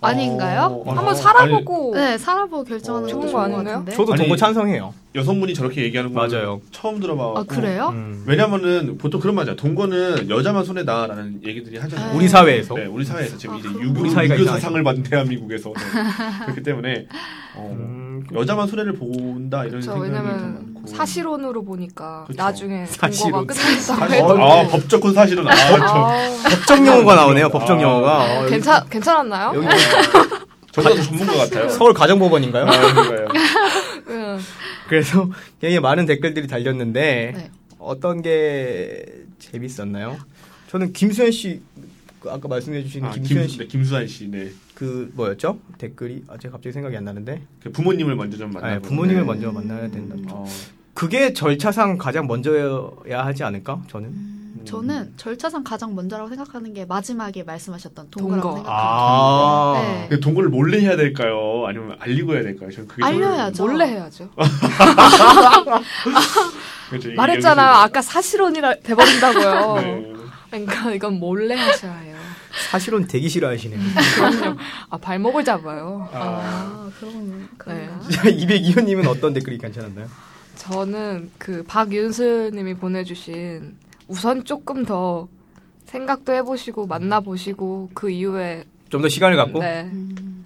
Speaker 3: 아닌가요?
Speaker 5: 어,
Speaker 4: 한번
Speaker 5: 어, 아니,
Speaker 4: 살아보고.
Speaker 3: 네, 살아보고 결정하는
Speaker 5: 어,
Speaker 3: 것도
Speaker 5: 좋은
Speaker 3: 좋은
Speaker 5: 거
Speaker 3: 것
Speaker 4: 아닌가요?
Speaker 3: 같은데.
Speaker 2: 저도 동거
Speaker 5: 아니,
Speaker 2: 찬성해요.
Speaker 5: 여성분이 저렇게 얘기하는 거
Speaker 2: 맞아요.
Speaker 5: 처음 들어봐. 네.
Speaker 3: 아, 그래요?
Speaker 2: 음.
Speaker 5: 왜냐면은 보통 그런 말이야. 동거는 여자만 손해다라는 얘기들이 하잖아요.
Speaker 2: 우리 사회에서
Speaker 5: 네, 우리 사회에서 지금
Speaker 3: 아,
Speaker 5: 이제
Speaker 3: 그렇구나.
Speaker 5: 유교,
Speaker 2: 우리 사회가
Speaker 5: 유교
Speaker 2: 이상하죠.
Speaker 5: 사상을 받은 대한민국에서 네. 그렇기 때문에 어,
Speaker 2: 음,
Speaker 5: 여자만 손해를 본다 이런
Speaker 4: 그렇죠.
Speaker 5: 생각이 더
Speaker 4: 왜냐면
Speaker 5: 많고
Speaker 4: 사실혼으로 보니까
Speaker 5: 그쵸.
Speaker 4: 나중에
Speaker 2: 사실혼.
Speaker 4: 동거가 끝났다고
Speaker 5: 어,
Speaker 4: 해도. 네.
Speaker 5: 아 법적hun 사실은 아, 저,
Speaker 2: 법정
Speaker 5: 아,
Speaker 2: 용어가 나오네요. 법정 용어가. 어, 여기-
Speaker 4: 아, 괜찮, 괜찮았나요?
Speaker 5: 뭐
Speaker 2: 여기
Speaker 5: [laughs] 저도 전문가 같아요.
Speaker 2: 서울 가정법원인가요?
Speaker 5: 아, 그거예요.
Speaker 4: 응.
Speaker 2: 그래서 굉장히 많은 댓글들이 달렸는데
Speaker 3: 네.
Speaker 2: 어떤 게 재밌었나요? 저는 김수현 씨그 아까 말씀해 주신
Speaker 5: 아, 김,
Speaker 2: 김수현
Speaker 5: 네, 김수환 씨, 네.
Speaker 2: 씨 그 뭐였죠? 댓글이 아 제가 갑자기 생각이 안 나는데
Speaker 5: 그 네, 부모님을 먼저 좀 만나고
Speaker 2: 아, 부모님을 먼저 만나야 된다.
Speaker 5: 어,
Speaker 2: 그게 절차상 가장 먼저야 하지 않을까? 저는.
Speaker 3: 음. 저는 절차상 가장 먼저라고 생각하는 게 마지막에 말씀하셨던 동거라고
Speaker 4: 동거.
Speaker 3: 생각합니다.
Speaker 5: 아.
Speaker 3: 네.
Speaker 5: 근데 동거를 몰래 해야 될까요? 아니면 알리고 해야 될까요? 저는 그게 저는-
Speaker 3: 알려야죠.
Speaker 4: 몰래 해야죠.
Speaker 5: 그렇죠. 이게
Speaker 4: 말했잖아요.
Speaker 5: 여기서-
Speaker 4: 아까 사실혼이라 돼버린다고요.
Speaker 5: [laughs] 네.
Speaker 4: 그러니까 이건 몰래 하셔야 해요.
Speaker 2: 사실은 되게 싫어하시네요.
Speaker 4: 그럼요. 아 발목을 잡아요.
Speaker 3: 아, 그런
Speaker 2: [laughs]
Speaker 3: 그런가.
Speaker 2: 202호님은 어떤 댓글이 괜찮았나요?
Speaker 4: 저는 그 박윤슬님이 보내주신 우선 조금 더 생각도 해보시고 만나보시고 그 이후에
Speaker 2: 좀 더 시간을 갖고
Speaker 4: 네,
Speaker 3: 음,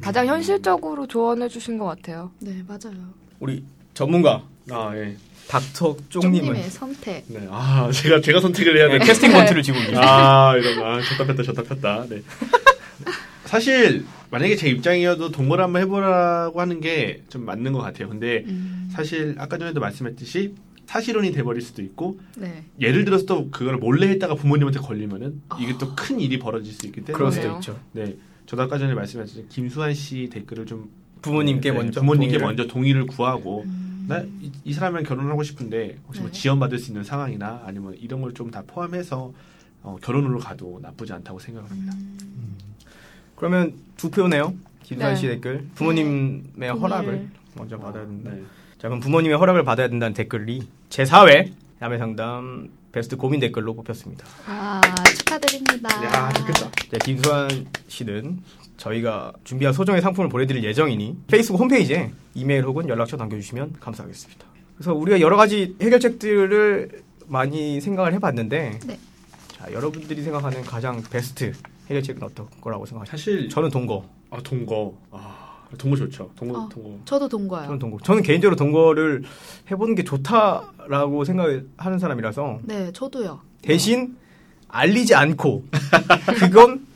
Speaker 4: 가장 현실적으로 조언해주신 것 같아요.
Speaker 3: 네 맞아요.
Speaker 2: 우리 전문가
Speaker 5: 아 예.
Speaker 2: 닥터 쪽님은
Speaker 3: 쪽님의 선택.
Speaker 5: 네. 아 제가 제가 선택을 해야
Speaker 2: 네,
Speaker 5: 될
Speaker 2: 캐스팅 번트를 지고 계세요.
Speaker 5: 아, 이런, 아, 졌다 폈다, 졌다 폈다. 네. 사실, 만약에 제 입장이어도 동거를 한번 해보라고 하는 게 좀 맞는 것 같아요. 근데
Speaker 3: 음,
Speaker 5: 사실, 아까 전에도 말씀했듯이, 사실혼이 돼버릴 수도 있고,
Speaker 3: 네.
Speaker 5: 예를 들어서 또 그걸 몰래 했다가 부모님한테 걸리면은, 이게 또 큰 일이 벌어질 수 있기 때문에.
Speaker 2: 그럴 수도
Speaker 4: 그러네요.
Speaker 2: 있죠.
Speaker 5: 네. 저도 아까 전에 말씀하셨듯이, 김수환 씨 댓글을 좀.
Speaker 2: 부모님께
Speaker 5: 네,
Speaker 2: 먼저
Speaker 5: 부모님께
Speaker 2: 동의를-
Speaker 5: 먼저 동의를 구하고,
Speaker 3: 음,
Speaker 5: 나, 이, 이 사람이랑 결혼하고 싶은데 혹시 뭐
Speaker 3: 네.
Speaker 5: 지원받을 수 있는 상황이나 아니면 이런 걸 좀 다 포함해서 어, 결혼으로 가도 나쁘지 않다고 생각합니다.
Speaker 2: 그러면 두 표네요. 김수환
Speaker 4: 네.
Speaker 2: 씨 댓글 부모님의
Speaker 3: 동의를.
Speaker 2: 허락을 먼저 받아야 된다.
Speaker 5: 네.
Speaker 2: 자 그럼 부모님의 허락을 받아야 된다는 댓글이 제 4회 남의 상담 베스트 고민 댓글로 뽑혔습니다.
Speaker 3: 아 축하드립니다.
Speaker 5: 야,
Speaker 2: 아,
Speaker 5: 좋겠다.
Speaker 2: 자, 네, 김수환 씨는 저희가 준비한 소정의 상품을 보내드릴 예정이니 페이스북 홈페이지에 이메일 혹은 연락처 남겨주시면 감사하겠습니다. 그래서 우리가 여러 가지 해결책들을 많이 생각을 해봤는데
Speaker 3: 네.
Speaker 2: 자 여러분들이 생각하는 가장 베스트 해결책은 어떤 거라고 생각하시죠?
Speaker 5: 사실
Speaker 2: 저는 동거.
Speaker 5: 아, 동거. 아, 동거 좋죠. 동거
Speaker 3: 어.
Speaker 5: 동거.
Speaker 3: 저도 동거요.
Speaker 2: 저는 동거. 저는 개인적으로 동거를 해보는 게 좋다라고 생각하는 사람이라서
Speaker 3: 네, 저도요.
Speaker 2: 대신 알리지 않고 그건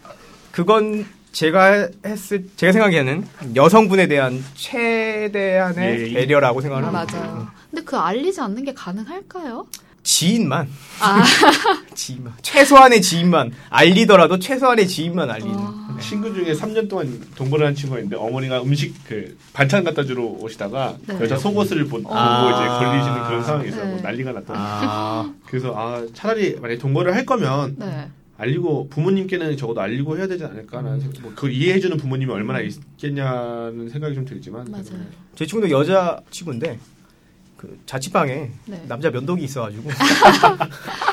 Speaker 2: 그건 제가 했을 제가 생각에는 여성분에 대한 최대한의
Speaker 5: 예, 이-
Speaker 2: 배려라고 생각을
Speaker 4: 아,
Speaker 2: 합니다.
Speaker 4: 맞아요.
Speaker 3: 근데 그 알리지 않는 게 가능할까요?
Speaker 2: 지인만
Speaker 3: 아.
Speaker 2: [laughs] 지인만 최소한의 지인만 알리더라도 최소한의 지인만 알리는
Speaker 3: 아.
Speaker 5: 네. 친구 중에 3년 동안 동거를 한 친구가 있는데 어머니가 음식 그 반찬 갖다 주러 오시다가
Speaker 3: 네.
Speaker 5: 여자 속옷을 보- 보고
Speaker 2: 아.
Speaker 5: 이제 걸리시는 그런 상황이 있어요. 뭐
Speaker 3: 네.
Speaker 5: 난리가 났다.
Speaker 2: 아,
Speaker 5: 그래서 아 차라리 만약에 동거를 할 거면
Speaker 3: 네.
Speaker 5: 알리고 부모님께는 적어도 알리고 해야 되지 않을까라는 생각, 뭐 그걸 이해해주는 부모님이 얼마나 있겠냐는 생각이 좀 들지만
Speaker 3: 맞아요. 뭐
Speaker 5: 그래도
Speaker 2: 제 친구도 여자 친구인데 그 자취방에
Speaker 3: 네.
Speaker 2: 남자 면도기 있어가지고
Speaker 4: 아.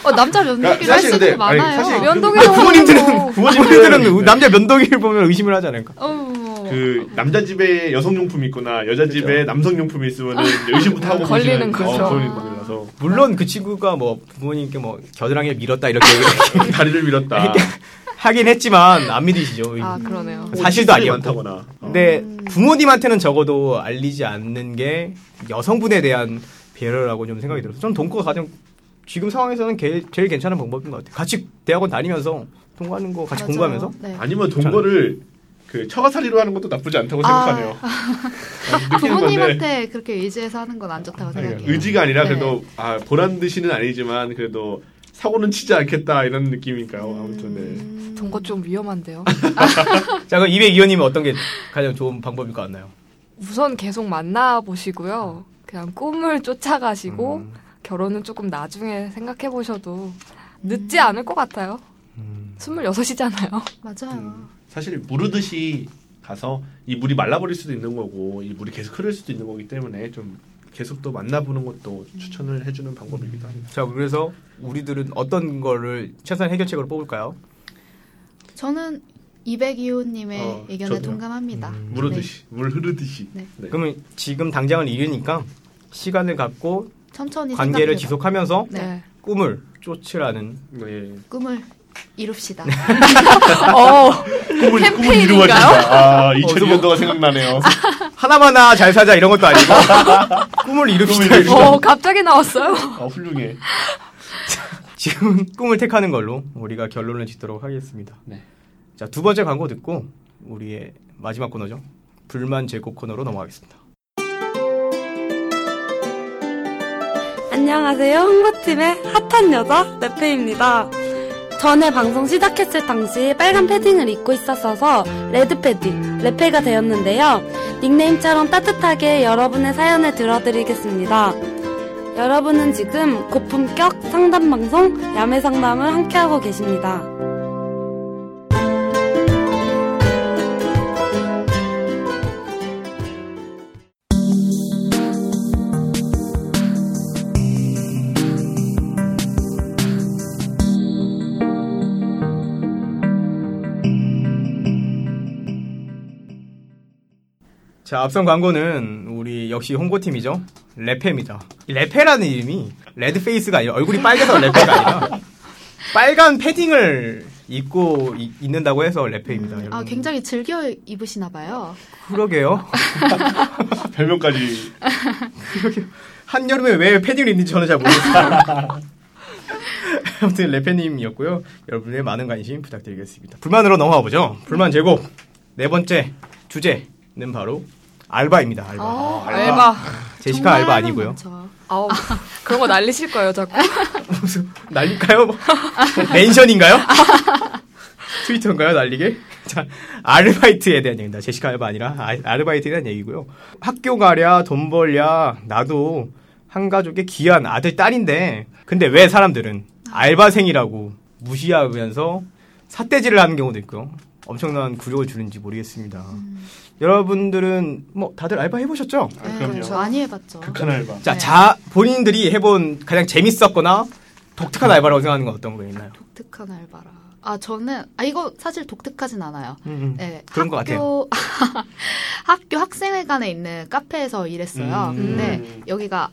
Speaker 3: 어, 남자
Speaker 5: 그러니까
Speaker 3: 면도기를 할 수
Speaker 5: 사실
Speaker 3: 있는 게
Speaker 5: 근데, 아니,
Speaker 3: 많아요.
Speaker 5: 사실 그-
Speaker 4: 면도기도
Speaker 2: 부모님들은 부모님들은
Speaker 5: 네.
Speaker 2: 남자 면도기를 보면 의심을 하지 않을까?
Speaker 4: 어우.
Speaker 5: 그 남자 집에 여성 용품이 있거나 여자
Speaker 2: 그렇죠.
Speaker 5: 집에 남성 용품이 있으면 의심부터 하고 어,
Speaker 4: 걸리는 거죠.
Speaker 5: 걸리는
Speaker 2: 물론 그 친구가 뭐 부모님께 뭐 겨드랑이에 밀었다 이렇게 [laughs]
Speaker 5: 거라서 [laughs] 다리를
Speaker 2: 아.
Speaker 5: 밀었다.
Speaker 2: 하긴 했지만 안 믿으시죠.
Speaker 4: 아 그러네요.
Speaker 2: 사실도
Speaker 5: 시술이
Speaker 2: 아니었고.
Speaker 5: 뭐 많다거나. 어.
Speaker 2: 근데
Speaker 3: 음.
Speaker 2: 부모님한테는 적어도 알리지 않는 게 여성분에 대한 배려라고 좀 생각이 들어서 전 동거가 가장 지금 상황에서는 게- 제일 괜찮은 방법인 것 같아요. 같이 대학원 다니면서 동거하는 거 같이
Speaker 3: 맞아요.
Speaker 2: 공부하면서
Speaker 3: 네.
Speaker 5: 아니면 동거를 그 처가살이로 하는 것도 나쁘지 않다고
Speaker 3: 아.
Speaker 5: 생각하네요. 아, 느끼는 건데.
Speaker 3: 부모님한테 그렇게 의지해서 하는 건 안 좋다고
Speaker 5: 아니,
Speaker 3: 생각해요.
Speaker 5: 의지가 아니라
Speaker 3: 네.
Speaker 5: 그래도 아, 보란 듯이는 아니지만 그래도 사고는 치지 않겠다 이런 느낌일까요? 아무튼 네.
Speaker 3: 음,
Speaker 4: 동거 좀 위험한데요. [laughs]
Speaker 2: 자 그럼 202호님은 어떤 게 가장 좋은 방법일 것 같나요?
Speaker 4: 우선 계속 만나 보시고요. 그냥 꿈을 쫓아가시고
Speaker 2: 음.
Speaker 4: 결혼은 조금 나중에 생각해 보셔도 늦지 않을 것 같아요. [laughs] 26이잖아요.
Speaker 3: 맞아요.
Speaker 5: 음. 사실 무르듯이 가서 이 물이 말라버릴 수도 있는 거고 이 물이 계속 흐를 수도 있는 거기 때문에 좀 계속 또 만나보는 것도 추천을 해주는 방법이기도 합니다.
Speaker 2: 자 그래서 우리들은 어떤 거를 최선 해결책으로 뽑을까요?
Speaker 3: 저는 202호님의
Speaker 5: 어,
Speaker 3: 의견에
Speaker 5: 저도요.
Speaker 3: 동감합니다.
Speaker 5: 무르듯이 물 흐르듯이.
Speaker 3: 네.
Speaker 5: 네.
Speaker 2: 그러면 지금 당장은 이르니까 시간을 갖고
Speaker 3: 네, 천천히
Speaker 2: 관계를
Speaker 3: 생각해봐.
Speaker 2: 지속하면서
Speaker 3: 네.
Speaker 2: 꿈을 쫓으라는
Speaker 5: 네.
Speaker 3: 꿈을 이룹시다.
Speaker 4: 어,
Speaker 5: 꿈을 꿈을
Speaker 4: 캠페인인가요?
Speaker 5: 이루어진다. 아, 2000년도가 생각나네요.
Speaker 2: 하나마나 잘 사자 이런 것도 아니고 [laughs] 꿈을 이룹시다.
Speaker 5: 꿈을 이룹시다.
Speaker 4: 어, 갑자기 나왔어요.
Speaker 5: 아, 훌륭해.
Speaker 2: 지금 꿈을 택하는 걸로 우리가 결론을 짓도록 하겠습니다.
Speaker 5: 네.
Speaker 2: 자 두 번째 광고 듣고 우리의 마지막 코너죠. 불만 제고 코너로 넘어가겠습니다.
Speaker 7: 안녕하세요. 홍보팀의 핫한 여자 레페입니다. 전에 방송 시작했을 당시 빨간 패딩을 입고 있었어서 레드 패딩, 레페가 되었는데요. 닉네임처럼 따뜻하게 여러분의 사연을 들어드리겠습니다. 여러분은 지금 고품격 상담 방송 야매 상담을 함께하고 계십니다.
Speaker 2: 자, 앞선 광고는 우리 역시 홍보팀이죠. 레페입니다. 이 레페라는 이름이 레드페이스가 아니라 얼굴이 빨개서 레페가 아니라 빨간 패딩을 입고 이- 있는다고 해서 레페입니다. 여러분.
Speaker 3: 아, 굉장히 즐겨 입으시나 봐요.
Speaker 2: 그러게요.
Speaker 5: 아, 별명까지
Speaker 2: 한여름에 왜 패딩을 입는지 저는 잘 모르겠어요. [laughs] 아무튼 레페님이었고요. 여러분의 많은 관심 부탁드리겠습니다. 불만으로 넘어가 보죠. 불만 제곱. 네 번째 주제는 바로 알바입니다. 알바.
Speaker 4: 아,
Speaker 5: 알바.
Speaker 4: 알바.
Speaker 2: 제시카 알바
Speaker 3: 정말
Speaker 2: 아니고요.
Speaker 3: 많죠.
Speaker 4: [laughs] 아우, 그런 거 날리실 거예요, 자꾸.
Speaker 2: 무슨 난리까요? 뭐, [laughs] 멘션인가요? 트위터인가요? 날리게? 자, 아르바이트에 대한 얘기입니다. 제시카 알바 아니라 아, 르바이트에 대한 얘기고요. 학교 가랴, 돈 벌랴, 나도 한 가족의 귀한 아들, 딸인데 근데 왜 사람들은 알바생이라고 무시하면서 삿대질을 하는 경우도 있고요. 엄청난 굴욕을 주는지 모르겠습니다. 여러분들은 뭐 다들 알바 해보셨죠?
Speaker 5: 아,
Speaker 3: 네,
Speaker 5: 그럼요.
Speaker 3: 그렇죠. 많이 해봤죠.
Speaker 5: 극한 알바.
Speaker 2: 자,
Speaker 3: 네.
Speaker 2: 자 본인들이 해본 가장 재밌었거나 독특한 알바라고 생각하는 건 어떤 거 있나요?
Speaker 3: 독특한 알바라. 아, 저는, 아, 이거 사실 독특하진 않아요.
Speaker 2: 음, 음.
Speaker 3: 네,
Speaker 2: 그런 것
Speaker 3: 학교- [laughs] 학교 학생회관에 있는 카페에서 일했어요.
Speaker 2: 음.
Speaker 3: 근데 여기가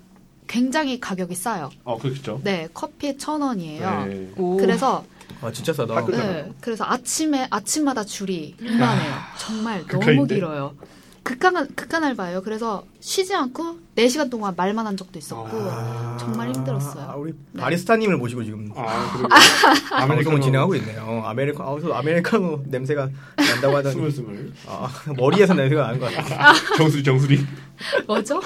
Speaker 3: 굉장히 가격이 싸요.
Speaker 5: 어 그렇죠.
Speaker 3: 네, 커피 천 원이에요.
Speaker 5: 네.
Speaker 4: 오.
Speaker 3: 그래서
Speaker 2: 아 진짜 싸다.
Speaker 5: 학교 때-
Speaker 3: 네, 그래서 아침에 아침마다 줄이 일만해요. 정말 너무
Speaker 5: 극한인데?
Speaker 3: 길어요. 극한 극한 알바예요. 그래서 쉬지 않고 4시간 동안 말만 한 적도 있었고 정말 힘들었어요.
Speaker 2: 아, 우리
Speaker 3: 네.
Speaker 2: 바리스타님을 모시고 지금
Speaker 5: [laughs] 아 그리고
Speaker 2: 방송을 진행하고 있네요. 어, 아메리카 아우서 아메리카노 [laughs] 냄새가 난다고 하더니
Speaker 5: 스물스물.
Speaker 2: 아, [laughs] 머리에서 냄새가 나는 것 같아요.
Speaker 5: 정수리 정수리.
Speaker 3: 뭐죠?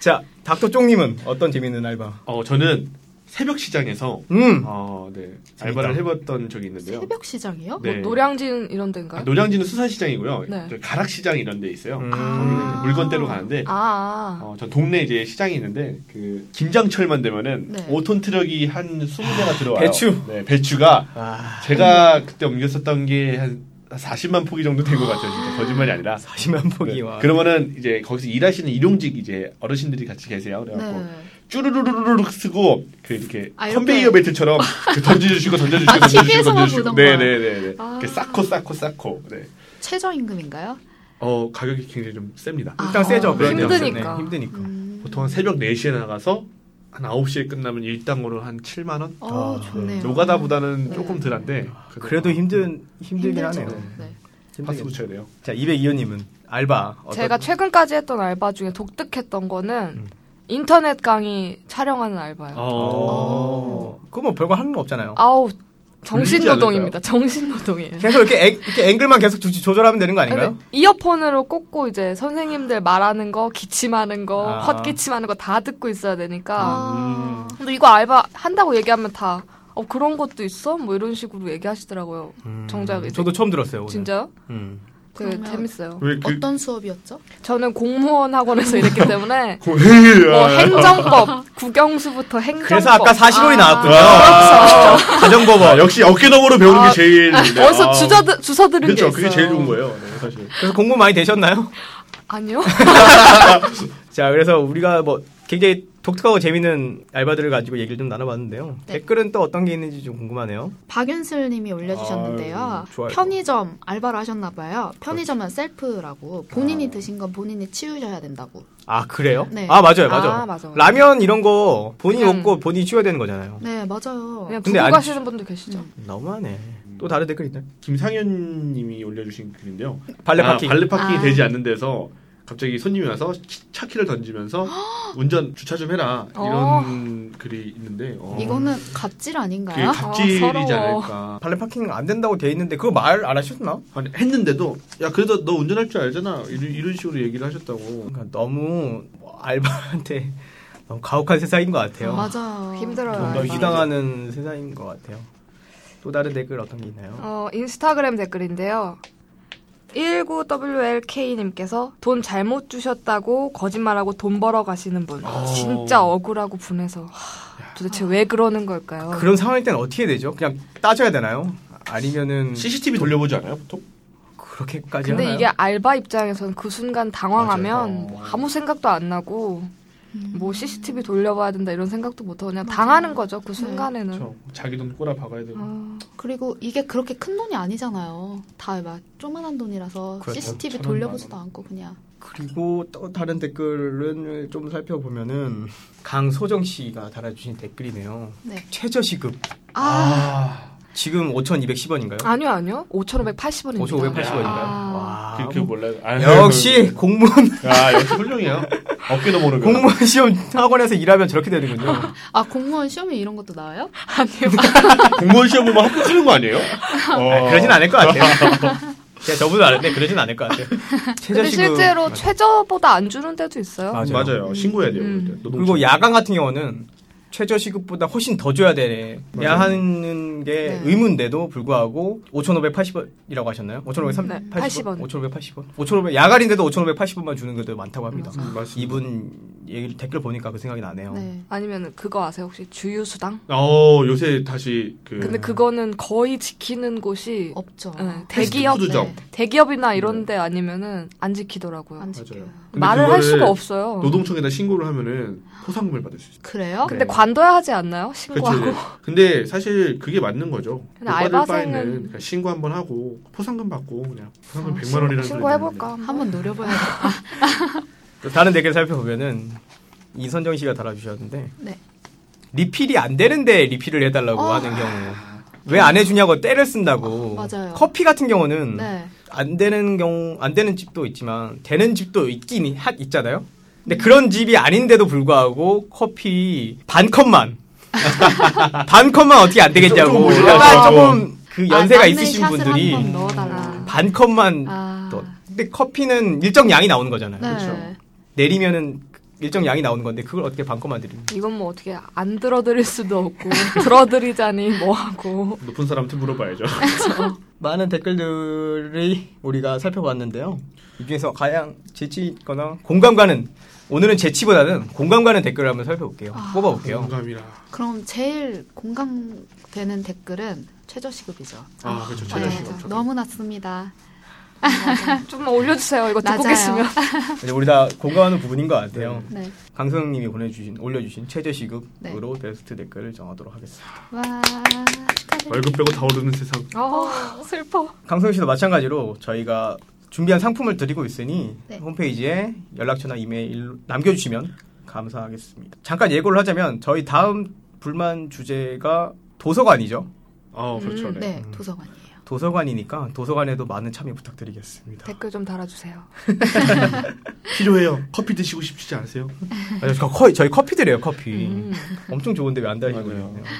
Speaker 2: 자, 닥터 쪽님은 어떤 재밌는 알바?
Speaker 5: 어 저는 새벽 시장에서
Speaker 2: 음,
Speaker 5: 어, 네.
Speaker 2: 재밌다.
Speaker 5: 알바를 해봤던 적이 있는데요.
Speaker 3: 새벽 시장이요?
Speaker 5: 네.
Speaker 4: 어, 노량진 이런 데인가요?
Speaker 5: 아, 노량진은 수산시장이고요.
Speaker 4: 네.
Speaker 5: 저 가락시장 이런 데 있어요.
Speaker 2: 음.
Speaker 5: 거기는 이제 물건대로 가는데
Speaker 4: 아, 아.
Speaker 5: 어, 전 동네 이제 시장이 있는데 그 김장철만 되면은
Speaker 3: 네.
Speaker 5: 5톤 트럭이 한 20대가 들어와요.
Speaker 2: 배추.
Speaker 5: 네, 배추가
Speaker 2: 아,
Speaker 5: 제가 그때 옮겼었던 게 한 40만 포기 정도 된 것 같아요. 진짜 거짓말이 아니라.
Speaker 2: 40만
Speaker 5: 네.
Speaker 2: 포기와
Speaker 5: 그러면은 이제 거기서 일하시는 일용직 이제 어르신들이 같이 계세요. 그래갖고
Speaker 3: 네.
Speaker 5: 쭈루루루루룩 쓰고 그 이렇게
Speaker 3: 아, 이렇게.
Speaker 5: 컨베이어 벨트처럼 그 던져주시고 던져주시고
Speaker 3: 아,
Speaker 5: 던져주시고
Speaker 3: TV에서만
Speaker 5: 던져주시고
Speaker 3: 보던
Speaker 5: 네네네 네.
Speaker 3: 아.
Speaker 5: 이렇게 쌓고 쌓고 쌓고 네.
Speaker 3: 최저임금인가요?
Speaker 5: 어 가격이 굉장히 좀 셉니다.
Speaker 2: 일단
Speaker 3: 아,
Speaker 2: 세죠. 그런 데는.
Speaker 4: 힘드니까.
Speaker 2: 네, 힘드니까.
Speaker 3: 음.
Speaker 5: 보통 한 새벽 4시에 나가서 한 9시에 끝나면 일당으로 한 7만 원?
Speaker 3: 어, 좋네요.
Speaker 5: 노가다보다는
Speaker 3: 네.
Speaker 5: 조금 덜한데
Speaker 2: 그래도 힘든 힘들긴
Speaker 3: 힘들죠.
Speaker 2: 하네요.
Speaker 3: 네.
Speaker 5: 박수
Speaker 2: 힘들겠죠.
Speaker 5: 붙여야 돼요.
Speaker 2: 자, 202호님은 알바 어떤
Speaker 4: 제가 최근까지 했던 알바 중에 독특했던 거는
Speaker 5: 음.
Speaker 4: 인터넷 강의 촬영하는
Speaker 3: 아.
Speaker 4: 알바예요.
Speaker 2: 어. 그거 뭐 별거 하는 거 없잖아요.
Speaker 4: 아우,
Speaker 5: 물리지
Speaker 4: 정신노동입니다. 정신노동이에요.
Speaker 2: 계속 이렇게, 앵, 이렇게 앵글만 계속 조- 조절하면 되는 거 아닌가요?
Speaker 4: 근데 네, 이어폰으로 꽂고 이제 선생님들 말하는 거, 기침하는 거,
Speaker 2: 아. 음.
Speaker 4: 헛기침하는 거 다 듣고 있어야 되니까.
Speaker 3: 아,
Speaker 4: 근데 이거 알바 한다고 얘기하면 다, 어, 그런 것도 있어? 뭐 이런 식으로 얘기하시더라고요. 정작 이제-
Speaker 2: 음, 저도 처음 들었어요. 오늘.
Speaker 4: 진짜요?
Speaker 2: 음.
Speaker 4: 되게
Speaker 3: 그러면-
Speaker 4: 재밌어요.
Speaker 5: 왜 그,
Speaker 3: 어떤 수업이었죠?
Speaker 4: 저는 공무원
Speaker 2: [laughs]
Speaker 4: 학원에서 일했기 때문에
Speaker 5: 고- [laughs] 헤이,
Speaker 4: 뭐
Speaker 3: 어,
Speaker 5: 아.
Speaker 4: 행정법, 국영수부터 행정법.
Speaker 2: 네. 그래서 아까 40원이 나왔군요.
Speaker 5: 아,
Speaker 2: 자전거법.
Speaker 5: 아, 역시 어깨 너머로 배우는
Speaker 4: 그렇죠. 아,
Speaker 5: 게 제일 네.
Speaker 4: 어디서
Speaker 5: 아.
Speaker 4: 주저, 주서 들은 게
Speaker 5: 그렇죠.
Speaker 4: 있어요.
Speaker 5: 그게 제일 좋은 거예요. 네, 사실.
Speaker 2: 그래서 공부 많이 되셨나요? [laughs]
Speaker 4: 아니요.
Speaker 2: 자, 그래서 우리가 뭐 굉장히 독특하고 재밌는 알바들을 가지고 얘기를 좀 나눠봤는데요.
Speaker 3: 네.
Speaker 2: 댓글은 또 어떤 게 있는지 좀 궁금하네요.
Speaker 3: 박윤슬 님이 올려주셨는데요.
Speaker 5: 아유,
Speaker 2: 좋아요.
Speaker 3: 편의점 알바를 하셨나 봐요. 편의점은 셀프라고 본인이 드신 건 본인이 치우셔야 된다고.
Speaker 2: 아, 그래요?
Speaker 3: 네.
Speaker 2: 아, 맞아요, 맞아요.
Speaker 4: 아, 맞아, 맞아.
Speaker 2: 라면 이런 거 본인이
Speaker 4: 그냥-
Speaker 2: 먹고 본인이 치워야 되는 거잖아요.
Speaker 3: 네, 맞아요.
Speaker 4: 그냥
Speaker 2: 근데
Speaker 4: 두고
Speaker 2: 안
Speaker 4: 가시는 분도 계시죠.
Speaker 2: 너무하네. 또 다른 댓글 있나요?
Speaker 5: 김상현 님이 올려주신 글인데요.
Speaker 2: 발레
Speaker 5: 아,
Speaker 2: 파킹.
Speaker 5: 발레 파킹이
Speaker 3: 아.
Speaker 5: 되지 않는 데서 갑자기 손님이 와서 키- 차키를 던지면서
Speaker 4: [gasps]
Speaker 5: 운전 주차 좀 해라 이런
Speaker 4: 어.
Speaker 5: 글이 있는데 어,
Speaker 3: 이거는 갑질
Speaker 5: 그게
Speaker 3: 아닌가요?
Speaker 5: 갑질이지
Speaker 4: 아, 서러워.
Speaker 5: 않을까
Speaker 2: 발레 파킹 안 된다고 돼 있는데 그거 말 안 하셨나?
Speaker 5: 아니, 했는데도 야 그래도 너 운전할 줄 알잖아 이런, 이런 식으로 얘기를 하셨다고
Speaker 2: 그러니까 너무 뭐 알바한테 [laughs] 너무 가혹한 세상인 것 같아요.
Speaker 3: 맞아요.
Speaker 4: 음. 힘들어요.
Speaker 2: 좀더
Speaker 4: 알바.
Speaker 2: 희당하는 세상인 것 같아요. 또 다른 댓글 어떤 게 있나요?
Speaker 4: 어, 인스타그램 댓글인데요. 19WLK님께서 돈 잘못 주셨다고 거짓말하고 돈 벌어 가시는 분. 진짜 억울하고 분해서. 하, 도대체 왜 그러는 걸까요?
Speaker 2: 그런 상황일 땐 어떻게 되죠? 그냥 따져야 되나요?
Speaker 4: 음.
Speaker 2: 아니면은
Speaker 5: CCTV 돌려보지 않아요 보통?
Speaker 2: 그렇게까지
Speaker 4: 근데
Speaker 2: 하나요?
Speaker 4: 이게 아- 알바 입장에서는 그 순간 당황하면
Speaker 5: 맞아요.
Speaker 4: 아무 생각도 안 나고
Speaker 3: 음.
Speaker 4: 뭐 CCTV 돌려봐야 된다 이런 생각도 못하고 그냥 당하는 거죠 그 순간에는
Speaker 5: 그렇죠. 자기 돈 꼬라 박아야 되고
Speaker 4: 아,
Speaker 3: 그리고 이게 그렇게 큰 돈이 아니잖아요. 다 막 조만한 돈이라서
Speaker 2: 그렇죠.
Speaker 3: CCTV
Speaker 5: 천원,
Speaker 3: 돌려보지도
Speaker 5: 만원.
Speaker 3: 않고 그냥.
Speaker 2: 그리고 또 다른 댓글을 좀 살펴보면은 강소정 씨가 달아주신 댓글이네요.
Speaker 3: 네.
Speaker 2: 최저 시급
Speaker 3: 아,
Speaker 2: 지금 5,210원인가요?
Speaker 4: 아니요 아니요 5,580원입니다
Speaker 2: 5,580원인가요?
Speaker 4: 아.
Speaker 2: 와.
Speaker 5: 그렇게 몰라요. 아, [laughs]
Speaker 2: 역시 공무원
Speaker 5: 야 아, 역시 훌륭해요. 어깨도 모르고.
Speaker 2: 공무원 시험 학원에서 일하면 저렇게 되는군요.
Speaker 3: 아 공무원 시험에 이런 것도 나와요?
Speaker 5: 공무원 시험 보면 합격하는 거
Speaker 4: [laughs]
Speaker 5: 아니에요? 어.
Speaker 2: 그러진 않을 것 같아요. 제가 저분도 아는데 그러진 않을 것 같아요. 최저
Speaker 4: 네. 근데
Speaker 2: 시급
Speaker 4: 실제로 최저보다 안 주는 데도 있어요
Speaker 2: 맞아요.
Speaker 5: 맞아요. 신고해야 돼요.
Speaker 4: 음.
Speaker 5: 그때. 노동청.
Speaker 2: 그리고 야간 같은 경우는 최저 시급보다 훨씬 더 줘야 되네. 야
Speaker 5: 맞아요.
Speaker 2: 하는 게
Speaker 3: 네.
Speaker 2: 의문데도 불구하고 5,580원이라고 하셨나요? 5,580원?
Speaker 4: 네, 80원.
Speaker 2: 5,580원. 5,500 야간인데도 5,580원만 주는 것도 많다고 합니다.
Speaker 5: 음, 맞습니다.
Speaker 2: 이분 얘기 댓글 보니까 그 생각이 나네요.
Speaker 3: 네.
Speaker 4: 아니면 그거 아세요 혹시 주유수당?
Speaker 5: 어 요새 다시 그
Speaker 4: 근데 그거는 거의 지키는 곳이
Speaker 3: 없죠.
Speaker 4: 네, 대기업
Speaker 5: 푸드점.
Speaker 3: 네.
Speaker 4: 대기업이나 이런데 아니면은 안 지키더라고요
Speaker 3: 안
Speaker 5: 맞아요.
Speaker 3: 지켜요.
Speaker 5: 근데
Speaker 4: 말을 할
Speaker 5: 그거를
Speaker 4: 수가 없어요
Speaker 5: 노동청에다 신고를 하면은 포상금을 받을 수 있어요.
Speaker 3: 그래요?
Speaker 4: 근데
Speaker 5: 네.
Speaker 4: 관둬야 하지 않나요? 신고하고
Speaker 5: 그렇죠. 근데 사실 그게 맞는 거죠.
Speaker 4: 근데
Speaker 5: 못 받을
Speaker 4: 알바생은-
Speaker 5: 바에는 그냥 신고 한번 하고 포상금 받고 그냥 포상금
Speaker 3: 아,
Speaker 5: 100만 원이라는
Speaker 4: 신고해볼까 한번.
Speaker 3: 한번 노려봐야겠다.
Speaker 2: 또 다른 댓글 살펴보면은 이선정 씨가 달아주셨는데
Speaker 3: 네.
Speaker 2: 리필이 안 되는데 리필을 해달라고
Speaker 3: 어.
Speaker 2: 하는 경우 왜 안 해주냐고 때를 쓴다고
Speaker 3: 어, 맞아요.
Speaker 2: 커피 같은 경우는
Speaker 3: 네.
Speaker 2: 안 되는 경우 안 되는 집도 있지만 되는 집도 있긴 하, 있잖아요. 근데 그런 집이 아닌데도 불구하고 커피 반 컵만 [laughs] 반 컵만 어떻게 안
Speaker 5: 조금
Speaker 2: 되겠냐고
Speaker 5: 모자라서.
Speaker 2: 약간 조금 그
Speaker 3: 아,
Speaker 2: 연세가
Speaker 3: 남는
Speaker 2: 있으신
Speaker 3: 샷을
Speaker 2: 분들이
Speaker 3: 한번 넣어달라.
Speaker 2: 반 컵만
Speaker 5: 음.
Speaker 3: 아.
Speaker 2: 또 근데 커피는 일정 양이 나오는 거잖아요. 그렇죠?
Speaker 3: 네.
Speaker 2: 내리면은 일정 양이 나오는 건데 그걸 어떻게 반 컵만 드립니까?
Speaker 4: 이건 뭐 어떻게 안 들어드릴 수도 없고 [laughs] 들어드리자니 [laughs] 뭐하고
Speaker 5: 높은 사람한테 물어봐야죠.
Speaker 2: 많은 댓글들이 우리가 살펴봤는데요. 이 중에서 가장 재치있거나 공감가는 오늘은 재치보다는 공감가는 댓글을 한번 살펴볼게요. 뽑아볼게요.
Speaker 5: 영감이라.
Speaker 3: 그럼 제일 공감되는 댓글은 최저시급이죠.
Speaker 5: 아 그렇죠.
Speaker 3: 네,
Speaker 5: 찾아주시고. 저도.
Speaker 3: 너무 낮습니다.
Speaker 4: 좀만 올려주세요 이거 듣고
Speaker 3: 낮아요.
Speaker 4: [laughs] 계시면
Speaker 2: 이제 우리 다 공감하는 부분인 것 같아요.
Speaker 3: 네.
Speaker 2: 강소영님이 보내주신 올려주신 최저 시급으로 베스트 댓글을 정하도록 하겠습니다.
Speaker 3: 와. 축하드립니다.
Speaker 5: 월급 빼고 다 오르는 세상.
Speaker 4: 아 슬퍼
Speaker 2: 강소영 씨도 마찬가지로 저희가 준비한 상품을 드리고 있으니
Speaker 3: 네.
Speaker 2: 홈페이지에 연락처나 이메일 남겨주시면 감사하겠습니다. 잠깐 예고를 하자면 저희 다음 불만 주제가 도서관이죠.
Speaker 5: 아
Speaker 4: 음,
Speaker 5: 그렇죠. 네.
Speaker 3: 네, 도서관이에요.
Speaker 2: 도서관이니까 도서관에도 많은 참여 부탁드리겠습니다.
Speaker 4: 댓글 좀 달아주세요
Speaker 5: 필요해요. 커피 드시고 싶지 않으세요?
Speaker 2: 아니, 저 커- 저희 커피드래요 커피.
Speaker 4: 음.
Speaker 2: 엄청 좋은데 왜 안 달리고
Speaker 5: 맞아요.
Speaker 2: 있네요. 자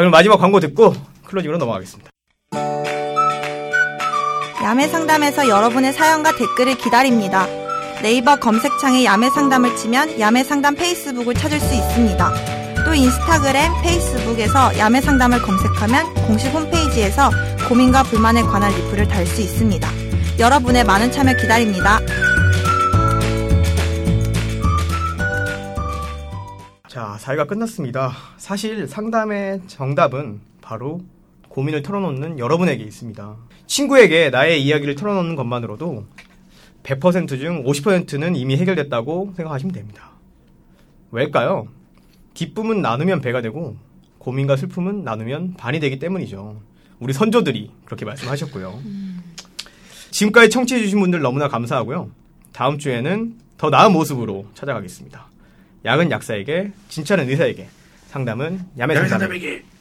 Speaker 2: 그럼 마지막 광고 듣고 클로징으로 넘어가겠습니다.
Speaker 6: 야매 상담에서 여러분의 사연과 댓글을 기다립니다. 네이버 검색창에 야매 상담을 치면 야매 상담 페이스북을 찾을 수 있습니다. 또 인스타그램, 페이스북에서 야매 상담을 검색하면 공식 홈페이지에서 고민과 불만에 관한 리플을 달 수 있습니다. 여러분의 많은 참여 기다립니다.
Speaker 2: 자 사회가 끝났습니다. 사실 상담의 정답은 바로 고민을 털어놓는 여러분에게 있습니다. 친구에게 나의 이야기를 털어놓는 것만으로도 100%중 50%는 이미 해결됐다고 생각하시면 됩니다. 왜일까요? 기쁨은 나누면 배가 되고 고민과 슬픔은 나누면 반이 되기 때문이죠. 우리 선조들이 그렇게 말씀하셨고요. 지금까지 청취해주신 분들 너무나 감사하고요. 다음 주에는 더 나은 모습으로 찾아가겠습니다. 약은 약사에게, 진찰은 의사에게, 상담은 야매
Speaker 5: 야외
Speaker 2: 상담에게.
Speaker 5: 사람에게